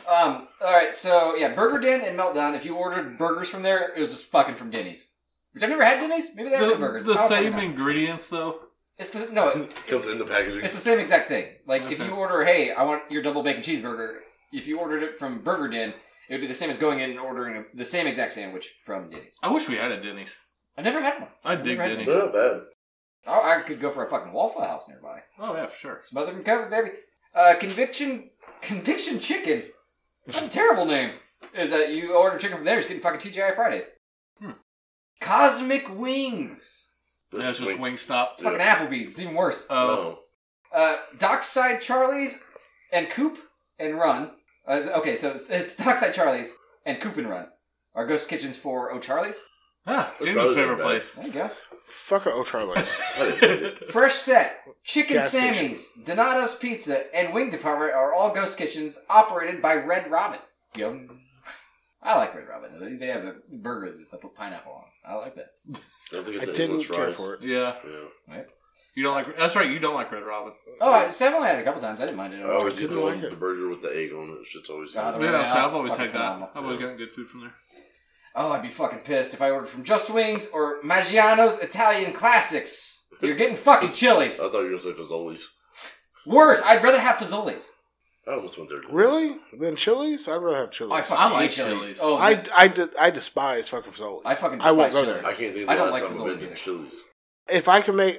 C: Um, all right, so yeah, Burger Din and Meltdown. If you ordered burgers from there, it was just fucking from Denny's, which I've never had Denny's. Maybe they have good
A: The,
C: burgers. I
A: the
C: don't
A: same
C: fucking know.
A: ingredients though.
C: It's the, no, it-
E: Comes in the packaging.
C: it's the same exact thing. Like if
A: Okay.
C: you order, hey, I want your double bacon cheeseburger. If you ordered it from Burger Din, it would be the same as going in and ordering a, the same exact sandwich from Denny's.
A: I wish we had a Denny's.
C: I've never had one.
A: I
C: I've
A: dig
C: never had
A: Denny's.
E: Not bad.
C: Oh, I could go for a fucking Waffle House nearby.
A: Oh yeah, for sure.
C: Smothered and covered, baby. Uh, conviction, conviction chicken. That's a terrible name. Is that you order chicken from there? You're just getting fucking TGI Fridays.
A: Hmm.
C: Cosmic wings.
A: That's it's just Oh. Wingstop.
C: It's fucking Applebee's. It's even worse.
A: Uh,
E: Oh.
C: Uh, Dockside Charlie's and Coop and Run. Uh, okay, so it's, it's Dockside Charlie's and Coop and Run are ghost kitchens for O'Charlie's.
A: Ah,
E: That's
A: Jamie's
E: other than
A: favorite
E: that.
A: place.
C: There you go.
D: Fuck O'Charlie's.
E: I didn't-
C: Fresh Set, Chicken
D: Gas station.
C: Sammy's, Donato's Pizza, and Wing Department are all ghost kitchens operated by Red Robin. Yum. I like Red Robin. They- They have a burger that they put pineapple on. I like that.
E: I don't think
D: I
E: it's
D: didn't care for it.
A: Yeah,
E: Yeah.
A: you don't like. That's right. You don't like Red Robin.
C: Oh, I, Sam only had it a couple times. I didn't mind it. at
E: I
C: all.
E: always eat
D: Oh, didn't
E: the, one-
D: like it.
E: the burger with the egg on it. Shit's always
C: God,
E: good.
A: Yeah,
C: yeah,
A: so I've always
C: fucking
A: had that.
C: phenomenal.
A: I've always
E: Yeah.
A: gotten good food from there.
C: Oh, I'd be fucking pissed if I ordered from Just Wings or Maggiano's Italian Classics. You're getting fucking chilies.
E: I thought you were going to say Fazoli's.
C: Worse, I'd rather have Fazoli's.
E: I almost went there.
D: Really? Then Chili's? I'd rather have Chili's.
C: Oh, I fucking
A: I
C: hate
A: like
C: chilies.
A: Chili's.
C: Oh,
D: I,
C: I,
D: I, de- I despise fucking Fazoli's.
C: I fucking
D: I won't
C: despise
D: go there.
E: I can't think of the
C: I don't
E: last
C: like
E: time I've
C: Fazoli's
E: been to
C: either.
E: Chili's.
D: If I can make,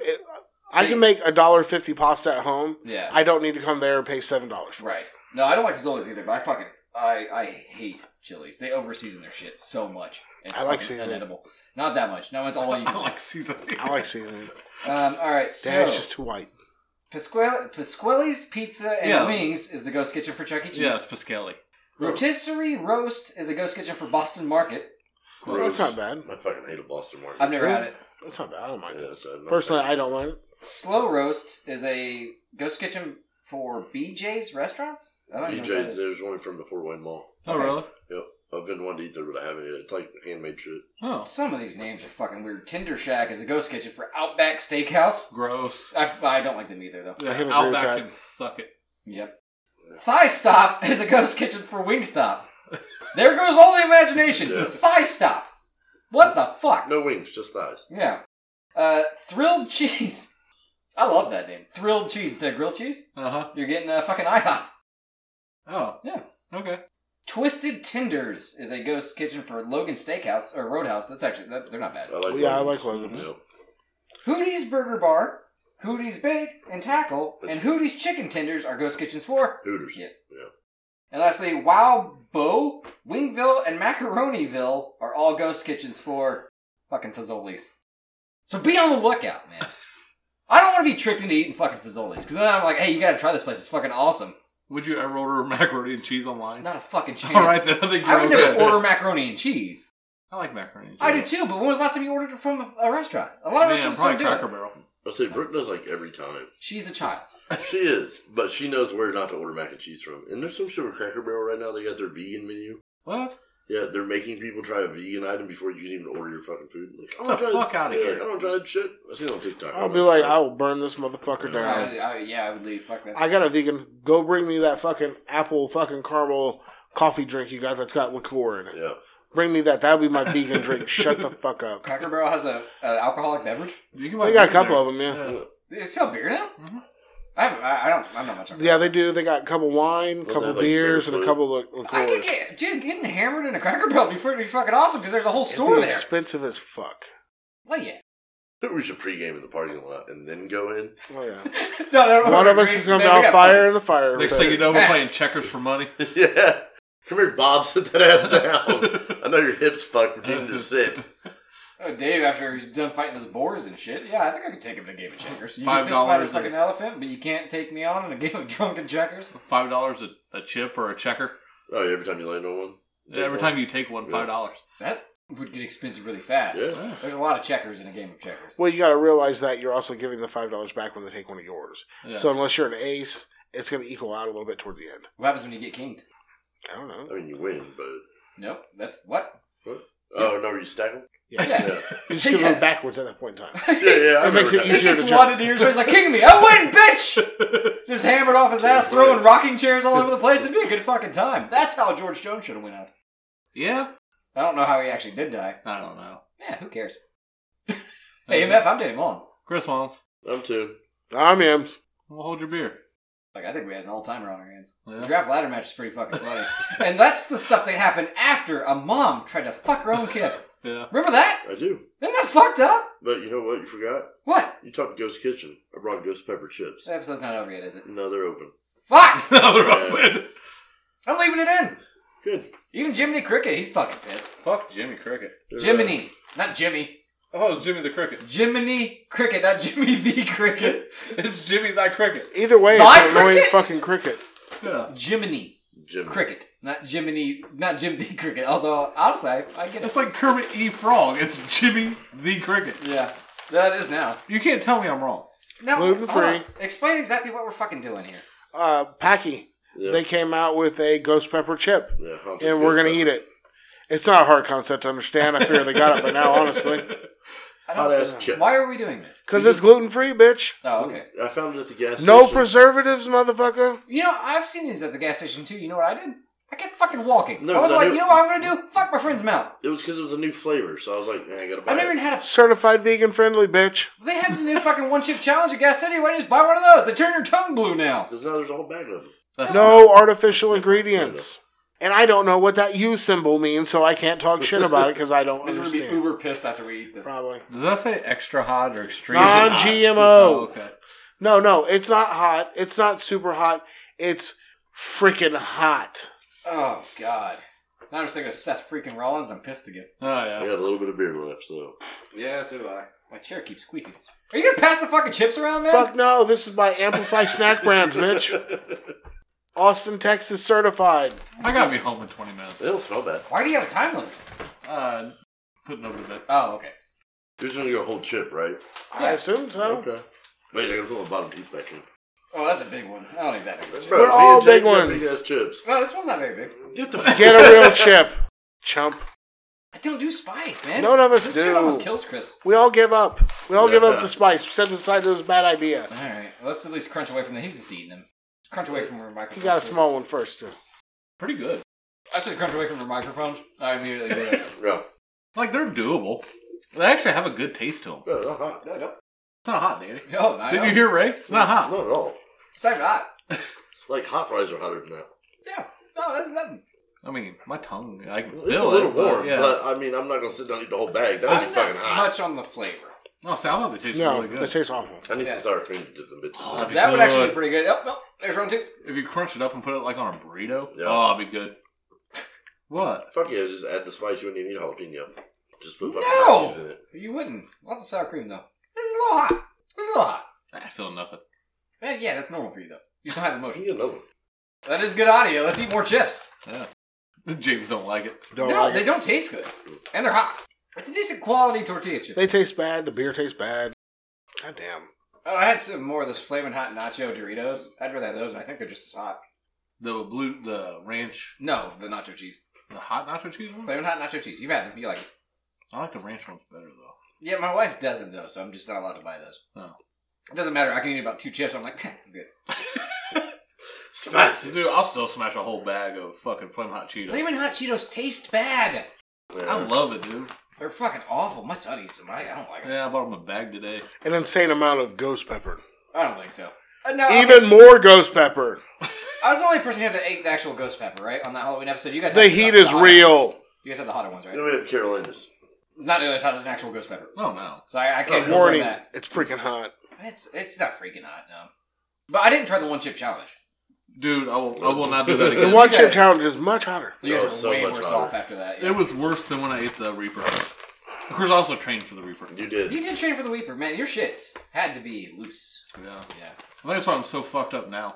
D: I can make a dollar fifty pasta at home.
C: yeah,
D: I don't need to come there and pay seven dollars for it.
C: right. No, I don't like Fazoli's either. But I fucking I I hate chilies. They overseason their shit so much. It's
D: I like
C: fucking
D: seasoning.
C: unedible. Not that much. No, it's all you.
A: I
C: Can
A: like seasoning.
D: I like seasoning.
C: Um, all right, so
D: Dad's just too white.
C: Pasquale, Pasquale's Pizza and
A: Yeah.
C: Wings is the ghost kitchen for Chuck E. Cheese.
A: Yeah, it's Piscali.
C: Rotisserie Roast is a ghost kitchen for Boston Market.
D: Well, that's not bad.
E: I fucking hate a Boston Market.
C: I've never had it.
D: That's not bad. I don't mind
E: Yeah,
D: it.
E: so I'm not-
D: Personally, I don't mind it.
C: Slow Roast is a ghost kitchen for BJ's restaurants. I don't even know what that
E: BJ's,
C: is.
E: E there's one from the Fort Wayne Mall.
A: Oh really?
E: Yep. I've been wanting to eat there, but I haven't. yet. It's like handmade shit.
A: Oh,
C: Some of these names are fucking weird. Tinder Shack is a ghost kitchen for Outback Steakhouse.
A: gross.
C: I, I don't like them either though.
A: Yeah,
D: I can agree with
A: Uh, Outback
D: that.
A: can suck it.
C: Yep. Thigh Stop is a ghost kitchen for Wingstop. There goes all the imagination.
E: Yeah.
C: Thigh Stop. What the fuck?
E: No wings, just thighs.
C: Yeah. Uh, thrilled Cheese. I love that name. Thrilled Cheese instead of grilled cheese.
A: Uh huh.
C: You're getting uh, fucking IHOP.
A: Oh
C: Yeah.
A: Okay.
C: Twisted Tenders is a ghost kitchen for Logan Steakhouse or Roadhouse. That's actually that, they're not bad.
E: I like
D: Yeah, I
E: Logan's.
D: like Logan's.
E: Yep.
C: Hootie's Burger Bar, Hootie's Bake and Tackle,
E: That's-
C: and Hootie's Chicken Tenders are ghost kitchens for.
E: Hooters.
C: Yes.
E: Yeah.
C: And lastly, Wow Bo, Wingville, and Macaroniville are all ghost kitchens for fucking Fazoli's. So be on the lookout, man. I don't want to be tricked into eating fucking Fazoli's because then I'm like, hey, you got to try this place. It's fucking awesome.
A: Would you ever order macaroni and cheese online?
C: Not a fucking chance.
A: All right, then I think you're
C: I would never
A: okay.
C: order macaroni and cheese.
A: I like macaroni. And cheese.
C: I do too, but when was the last time you ordered from a, a restaurant? A lot of
A: Man,
C: restaurants
A: probably
C: don't do
A: Cracker
C: it.
A: Barrel.
E: I say Brooke does like every time.
C: She's a child.
E: She is, but she knows where not to order mac and cheese from. And there's some shit with Cracker Barrel right now. They got their vegan menu.
A: What?
E: Yeah, they're making people try a vegan item before you can even order your fucking food. Like,
A: Get the
E: I don't
A: fuck outta
E: yeah,
A: here.
E: I don't try that shit. I see it on TikTok.
D: I'll
E: I'm
D: be like, I will burn this motherfucker down.
C: I, I, yeah, I would leave. Fuck that.
D: I got a vegan. Go bring me that fucking apple fucking caramel coffee drink you guys that's got liqueur in it.
E: yeah.
D: Bring me that. That'll be my vegan drink. Shut the fuck up.
C: Cracker Barrel has a an alcoholic beverage.
A: You can buy
D: They got a
A: beer
D: couple
A: there.
D: of them, yeah.
C: It's still beer now.
A: Mhm.
C: I, haven't, I, I don't. I'm not much. on
D: Yeah, they do. They got a couple wine, a
E: they
D: couple
E: have, like,
D: beers, and
E: better
D: a
E: food.
D: couple of
C: that. I could
D: liqueurs.
C: get dude getting hammered in a Cracker Barrel would be pretty fucking awesome because there's a whole
D: It'd
C: store
D: be
C: there.
D: expensive as fuck.
C: well, yeah.
E: I think we should pregame in the parking lot and then go in.
D: Oh, yeah.
C: No, no, no,
D: One
C: no,
D: of us
C: we-
D: is going to
C: we
D: be on
C: got
D: fire in the fire.
A: Next
D: pit.
A: thing you know, we're playing checkers for money.
E: yeah. Come here, Bob. Sit that ass down. I know your hips fucked, but you can just sit.
C: Oh, Dave, after he's done fighting those boars and shit, yeah, I think I could take him to a game of checkers. You
A: Five
C: can fist fight a
A: dollars,
C: fucking
A: yeah.
C: elephant, but you can't take me on in a game of drunken checkers.
A: Five dollars a, a chip or a checker.
E: Oh, yeah, every time you land on one.
A: Every time you take one,
E: Yeah.
A: five dollars.
C: That would get expensive really fast.
E: Yeah.
C: There's a lot of checkers in a game of checkers.
D: Well, you got to realize that you're also giving the five dollars back when they take one of yours.
A: Yeah.
D: So unless you're an ace, it's going to equal out a little bit towards the end.
C: What happens when you get kinged?
D: I don't
E: I
D: know.
E: mean, you win, but.
C: Nope. That's what?
E: Oh, no, you stack them?
C: Yeah.
D: You just give them
C: Yeah.
D: backwards at that point in time.
E: Yeah, yeah. I
D: It makes it
E: remember that.
C: He
D: easier
C: gets
D: to jump.
C: wadded in here, so he's like, king me! I win, bitch! Just hammered off his ass, throwing rocking chairs all over the place. It'd be a good fucking time. That's how George Jones should have went out.
A: yeah.
C: I don't know how he actually did die.
A: I don't know.
C: Yeah, who cares? hey, MF, I'm Dave Mullins.
A: Chris Mullins,
E: I'm too.
D: I'm Ems.
A: we'll hold your beer.
C: Like, I think we had an all-timer on our hands. The
A: Yeah.
C: draft ladder match is pretty fucking funny. and that's the stuff that happened after a mom tried to fuck her own kid.
A: yeah.
C: Remember that?
E: I do.
C: Isn't that fucked up?
E: But you know what? You forgot?
C: What?
E: You talked Ghost Kitchen. I brought Ghost Pepper Chips.
C: This episode's not over yet, is it?
E: No, they're open.
C: Fuck!
A: Now they're open.
C: I'm leaving it in.
E: Good.
C: Even Jiminy Cricket, he's fucking pissed.
A: Fuck Jimmy Cricket.
E: They're, uh,
C: Jiminy, not Jimmy.
A: I thought it was Oh, Jimmy the Cricket.
C: Jiminy Cricket, not Jimmy the Cricket.
A: It's Jimmy thy Cricket.
D: Either way,
C: My
D: it's an annoying
C: cricket?
D: fucking cricket.
A: Yeah.
C: Jiminy
E: Jim.
C: Cricket, not Jiminy, not Jiminy Cricket. Although honestly, I, I get
A: It's
C: it.
A: like Kermit E. Frog. It's Jimmy the Cricket.
C: Yeah, that is now.
A: You can't tell me I'm wrong.
C: Now,
D: Gluten
C: hold on.
D: free.
C: Explain exactly what we're fucking doing here.
D: Uh, Packy.
E: Yeah.
D: They came out with a ghost pepper chip,
E: Yeah, Hansel
D: and we're gonna
E: Fitzgerald.
D: eat it. It's not a hard concept to understand. I figure they got it by now, honestly,
C: I
E: Hot
C: don't.
E: ass chip.
C: Why are we doing this?
D: because it's gluten free, bitch.
C: Oh, okay.
E: I found it at the gas station.
D: No preservatives, motherfucker.
C: You know, I've seen these at the gas station too. You know what I did? I kept fucking walking.
E: No,
C: I was
E: but I
C: like,
E: knew-
C: you know what I'm gonna do? Fuck my friend's mouth.
E: It was because it was a new flavor, so I was like, eh, I gotta buy
C: I've never
E: it.
C: even had a.
D: Certified vegan friendly, bitch.
C: They have the new fucking one chip challenge at Gas City. Why don't you just buy one of those? They turn your tongue blue now.
E: Because now there's a whole bag of them.
A: That's
D: No artificial ingredients. And I don't know what that U symbol means, so I can't talk shit about it because I don't
C: We're gonna be
D: understand.
C: uber pissed after we eat this.
D: Probably.
A: Does that say extra hot or extreme?
D: Non-GMO.
A: hot? Oh, okay.
D: No, no, it's not hot. It's not super hot. It's freaking hot.
C: Oh god. Now I'm just thinking of Seth freaking Rollins and I'm pissed again.
A: Oh
E: I
A: yeah.
E: got a little bit of beer left, so.
C: Yeah, so do I. My chair keeps squeaking. Are you gonna pass the fucking chips around, man?
D: Fuck no, this is by Amplify Snack Brands, bitch. Austin, Texas certified.
A: I gotta be home in 20 minutes.
E: It don't smell bad.
C: Why do you have a time limit?
A: Uh, putting over the bed.
C: Oh, okay.
E: You're just gonna go whole chip, right?
D: I assume so.
E: Okay. Wait, I gotta put my bottom teeth back in.
C: Oh, that's a big one. I don't need that. Big of a chip.
E: Bro, me
D: all
E: and Jake
D: big
E: got
D: ones.
E: Big ass chips.
C: No, this one's not very big.
E: Get the fuck
D: Get a real chip, chump.
C: I don't do spice, man.
D: None of us
C: this
D: do.
C: Shit almost kills Chris.
D: We all give up. We all give up
E: Yeah.
D: the spice. Set aside this bad idea.
C: All right, let's at least crunch away from the. He's just eating them. Crunch away from her microphone.
D: You got a small one first, too.
A: Pretty good.
C: I said crunch away from her microphone. I immediately did it.
E: Bro,
A: Like they're doable. They actually have a good taste to them.
E: bro, they're hot. No, no,
A: It's not hot, Danny.
C: Oh, I
A: Did
C: know.
A: you hear Ray? It's not hot.
E: not at all.
C: It's not hot.
E: Like hot fries are hotter than that.
C: Yeah. No, that's nothing.
A: I mean, my tongue. I can
E: It's
A: feel
E: a little
A: it,
E: warm,
A: But, yeah.
E: but I mean, I'm not gonna sit down and eat the whole bag. That would
C: I'm
E: be
C: not
E: fucking hot.
C: much on the flavor.
A: no, see, I thought they tasted
D: No,
A: really
D: that
A: good.
D: tastes awful.
E: I need
C: Yeah.
E: some sour cream to dip them bitches
A: Oh,
E: in.
A: Be
C: That would actually
A: good.
C: be pretty good. Oh, no, there's one too.
A: if you crunch it up and put it like on a burrito,
E: Yeah.
A: oh, it'd be good. What?
E: Fuck yeah, just add the spice. You wouldn't even need jalapeno. Just put fucking
C: No!
E: mayonnaise in it.
C: You wouldn't. Lots of sour cream though. This is a little hot. This is a little hot.
A: I feel nothing.
C: Eh, yeah, that's normal for you though. You just don't have
E: I can
C: emotions.
E: get another one.
C: That is good audio. Let's eat more chips.
A: Yeah. James don't like it.
D: Don't
C: no,
D: like
C: they
D: it.
C: don't taste good, and they're hot. It's a decent quality tortilla chip.
D: They taste bad. The beer tastes bad. God damn.
C: oh, I had some more of those flaming hot nacho Doritos. I'd rather have those, and I think they're just as hot.
A: The blue, the ranch,
C: No, the nacho cheese,
A: the hot nacho cheese one.
C: flaming hot nacho cheese. You've had them. You like it.
A: I like the ranch ones better though.
C: Yeah, my wife doesn't though, so I'm just not allowed to buy those.
D: Oh.
A: No.
C: It doesn't matter. I can eat about two chips. I'm like, I'm good.
A: Smash, dude! I'll still smash a whole bag of fucking flame hot Cheetos.
C: Flaming hot Cheetos taste bad.
A: I love it, dude.
C: They're fucking awful. My son eats them. I, I don't like them.
A: Yeah, I bought him a bag today.
D: An insane amount of ghost pepper.
C: I don't think so. Uh, no, okay.
D: Even more ghost pepper.
C: I was the only person here that ate the actual ghost pepper, right? On that Halloween episode, you guys.
D: The
C: had
D: heat is
C: hot-
D: real.
C: You guys had the hotter ones, right?
E: Then we have Carolinas.
C: Not as hot as an actual ghost pepper.
A: Oh no!
C: So I, I can't oh,
D: Warning,
C: that.
D: it's freaking hot.
C: It's it's not freaking hot, no. But I didn't try the one chip challenge.
A: Dude, I will, I will not do that again.
D: The one
C: guys-
D: chip challenge is much hotter.
C: You guys
E: Oh,
C: were
E: so
C: way
E: much
C: worse
E: hotter.
C: off after that. yeah.
A: It was worse than when I ate the Reaper. Of course, I also trained for the Reaper.
E: You did.
C: You did train for the Weeper, man. Your shits had to be loose.
A: Yeah. I think
C: Yeah.
A: that's why I'm so fucked up now.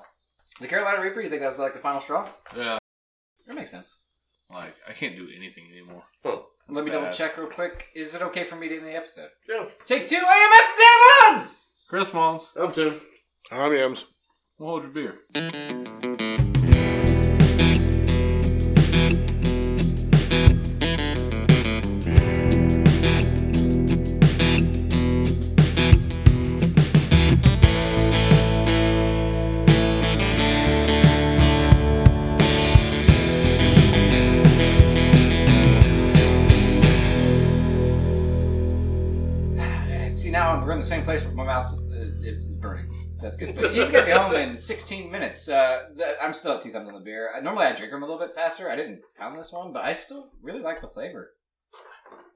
C: The Carolina Reaper, you think that's like the final straw?
A: Yeah.
C: That makes sense.
A: Like, I can't do anything anymore.
E: Huh.
C: Let me
A: Bad.
C: double check real quick. Is it okay for me to end the episode?
E: Yeah,
C: Take two AMF Devons!
A: Chris Mons,
E: I'm too.
D: Hot yums.
A: we'll hold your beer.
C: See, now I'm, we're in the same place, but my mouth uh, is burning. That's good. But he's gonna be home in 16 minutes. Uh, th- I'm still at two thumbs on the beer. I, normally I drink them a little bit faster. I didn't pound this one, but I still really like the flavor.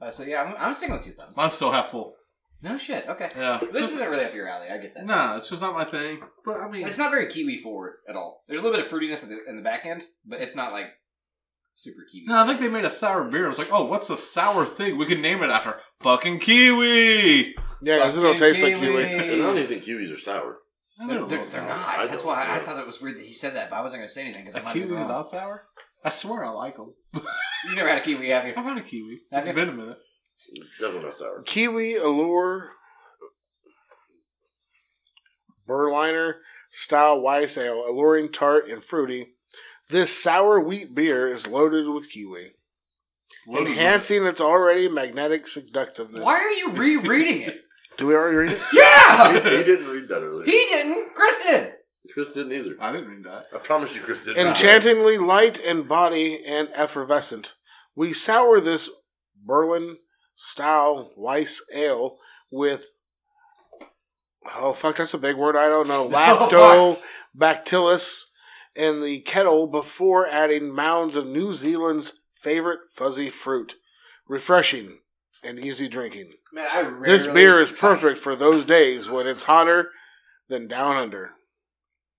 C: Uh, so yeah, I'm, I'm sticking with two thumbs.
A: Mine's still half full.
C: No shit. Okay.
A: Yeah.
C: This isn't really up your alley. I get that.
A: Nah, it's just not my thing. But I mean,
C: It's not very kiwi forward at all. There's a little bit of fruitiness in the, in the back end, but it's not like super kiwi.
A: no, I think they made a sour beer. I was like, oh, what's the sour thing? We can name it after fucking kiwi.
D: Yeah, because it don't
C: Fucking
D: taste like kiwi.
E: And I don't even think kiwis are sour.
A: No,
C: They're,
A: a
C: they're-
A: little
C: they're
A: sour.
C: not.
E: I
C: That's
E: don't
C: why I
E: know.
C: thought it was weird that he said that, but I wasn't going to say anything because I
A: A
C: might be
A: kiwi
C: wrong.
A: without sour? I swear I like them.
C: You never had a kiwi, have you?
A: I've had a kiwi. It's
C: Have you?
A: been a minute.
E: Definitely not sour.
D: Kiwi, Allure, Burliner, Style Weiss Ale, alluring, tart, and fruity. This sour wheat beer is loaded with kiwi,
A: Loaded with-
D: enhancing its already magnetic seductiveness.
C: Mm-hmm. Why are you rereading it?
D: Do we already read it?
E: He,
C: yeah!
E: he didn't read that earlier.
C: He didn't. Chris did.
E: Chris didn't either.
A: I didn't read that.
E: I promise you, Chris didn't.
D: Enchantingly light in body and effervescent. We sour this Berlin style Weiss ale with oh fuck, that's a big word. I don't know. Lactobacillus in the kettle before adding mounds of New Zealand's favorite fuzzy fruit. Refreshing and easy drinking.
C: Man, I rarely,
D: This beer is perfect for those days when it's hotter than down under.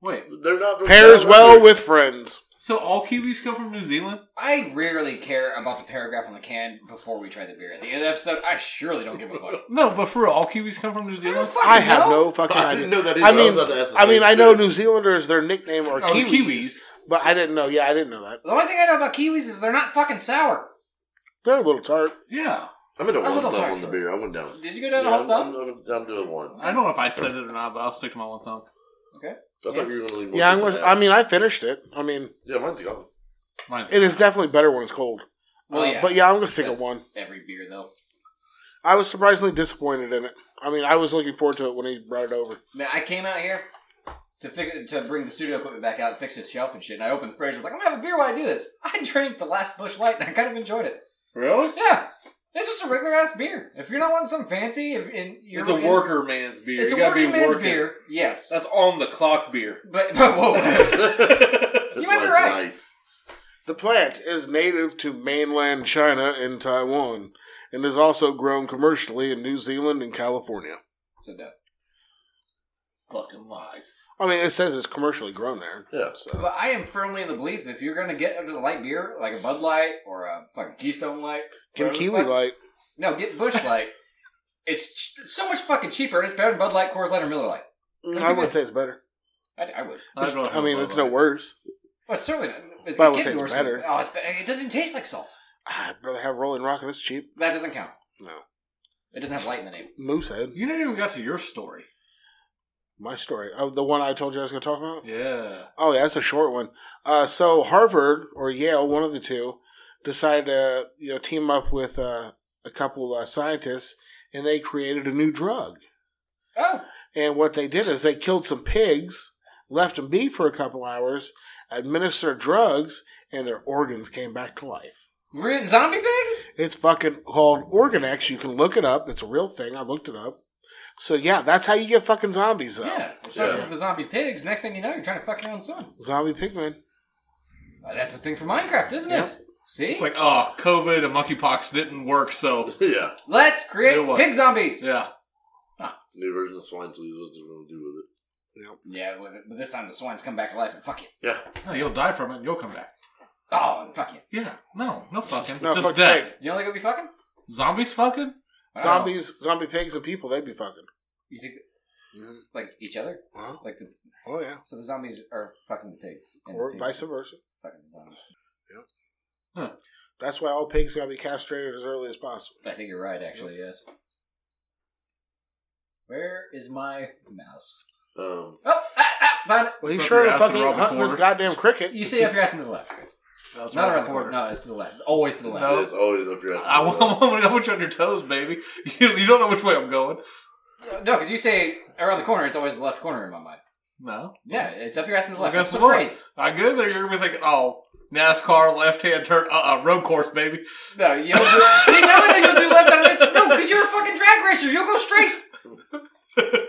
A: Wait,
E: They're not from
D: Pairs
E: South
D: well
E: Africa.
D: with friends.
A: so all kiwis come from New Zealand?
C: I rarely care about the paragraph on the can before we try the beer. At the end of the episode, I surely don't give a fuck.
A: No, but for real, all kiwis come from New Zealand?
C: fucking
D: I have
C: know.
D: no fucking
E: I
D: idea.
E: didn't know that either.
D: I
E: I was
D: mean,
E: about to ask the
D: I, mean,
E: same
D: I know
E: too.
D: New Zealanders, their nickname
A: Or
D: are Kiwis,
A: Oh, kiwis.
D: but I didn't know. Yeah, I didn't know that.
C: The only thing I know about kiwis is they're not fucking sour.
D: They're a little tart.
A: Yeah.
E: I'm gonna one
C: little
E: thumb on
C: tired.
E: the beer. I went down.
C: Did you go down
E: Yeah,
C: the whole
E: I'm,
C: thumb?
E: I'm, I'm, I'm doing one. I
A: I don't know if I said it or not, but I'll stick to my one thumb.
E: thought you were gonna leave. one
D: yeah, I'm
E: for
D: gonna,
E: that.
D: I mean, I finished it. I mean,
E: yeah, mine's gone.
A: Mine's-
D: it is definitely better when it's cold.
C: Well,
D: Uh,
C: yeah.
D: But yeah, I'm gonna stick at
C: That's
D: one.
C: Every beer, though.
D: I was surprisingly disappointed in it. I mean, I was looking forward to it when he brought it over.
C: Man, I came out here to fix, to bring the studio equipment back out and fix this shelf and shit. And I opened the fridge. I was like, I'm gonna have a beer while I do this. I drank the last Bush Light and I kind of enjoyed it.
A: Really?
C: Yeah, it's just a regular ass beer. If you're not wanting something fancy, if, and you're
A: It's a
C: looking-
A: worker man's beer.
C: It's
A: You
C: a
A: gotta
C: working
A: be
C: man's
A: working.
C: beer. Yes,
A: That's on the clock beer.
C: but, but whoa,
E: That's
C: might be
E: why it's
C: right.
E: light.
D: The plant is native to mainland China and Taiwan, and is also grown commercially in New Zealand and California.
C: so no.
A: Fucking lies.
D: I mean, it says it's commercially grown there.
E: Yeah.
D: So
C: But I am firmly in the belief if you're gonna get into the light beer, like a Bud Light or a fucking Keystone Light,
D: get a
C: whatever the
D: kiwi
C: fuck-
D: light.
C: No, get Bush Light. it's ch- it's so much fucking cheaper, and it's better than Bud Light, Coors Light, or Miller Light.
D: I wouldn't say it's better.
C: I, I would.
A: I, don't
D: I
A: know
D: mean,
A: about
D: it's no
A: that.
D: worse.
C: Well, it's certainly not. It's,
D: But I
C: it
D: would
C: can't
D: say
C: be
D: it's
C: worse
D: better.
C: than- Oh, it's better. It doesn't taste like salt.
D: I'd rather Ah, have Rolling Rock and it's cheap.
C: That doesn't count.
D: No.
C: It doesn't have light in the name.
D: Moosehead.
A: You never even got to your story.
D: My story. Oh, the one I told you I was going to talk about?
A: Yeah.
D: Oh, yeah, that's a short one. Uh, so Harvard or Yale, one of the two, decided to you know team up with uh, a couple uh, scientists, and they created a new drug.
C: Oh,
D: And what they did is they killed some pigs, left them be for a couple hours, administered drugs, and their organs came back to life.
C: we're in zombie pigs.
D: It's fucking called Organex. You can look it up. It's a real thing. I looked it up. So yeah, that's how you get fucking zombies though.
C: Yeah, it starts with the zombie pigs. Next thing you know, you're trying to fuck your own son.
D: Zombie pigmen.
C: Uh, That's the thing for Minecraft, isn't it? See,
A: It's like, oh, COVID and monkeypox didn't work, so
E: yeah.
C: let's create
A: New one.
C: pig zombies.
A: yeah.
E: New version of swine flu. What's it gonna do
C: Yeah, but but this time the swines come back to life and fuck you.
E: with it? Yeah.
A: No, you'll die from it and you'll come back.
C: Oh, and fuck you.
A: Yeah. No, no fucking.
D: No,
A: Just
D: fuck
A: death.
D: pig.
C: You know they gonna be fucking
A: Zombies fucking?
C: I don't know.
D: Zombies, zombie pigs, and people. They'd be fucking.
C: You think
D: Mhm.
C: like each other?
D: Huh?
C: Like the,
D: Oh yeah.
C: so the zombies are fucking the pigs, and the
D: Or
C: pigs
D: vice versa.
C: are fucking the zombies.
D: That's why all pigs gotta be castrated as early as possible.
C: I think you're right, actually. Yes. Where is my mouse?
E: Um,
C: Oh, ah, ah, found it.
D: Well, he's
A: Fuck
D: sure
A: your
D: to
A: ass
D: fucking
A: and rob a
D: hunting this
A: quarter.
D: goddamn cricket.
C: You see up your ass and to the left. Chris. Not around the corner. No, it's to the left. It's always to the left.
A: No.
E: it's always up your ass.
A: I want, I want to know what you're on your toes, baby. You, you don't know which way I'm going.
C: No, because you say around the corner, it's always the left corner in my mind.
A: No.
C: Yeah, it's up your ass and to the
A: Well, guess
C: left. That's the
A: what?
C: phrase.
A: I go there, you're going to be thinking, oh, NASCAR, left hand turn, uh uh road course, baby.
C: No, you'll do, see, no, no, you'll do left on this. No, because you're a fucking drag racer. You'll go straight.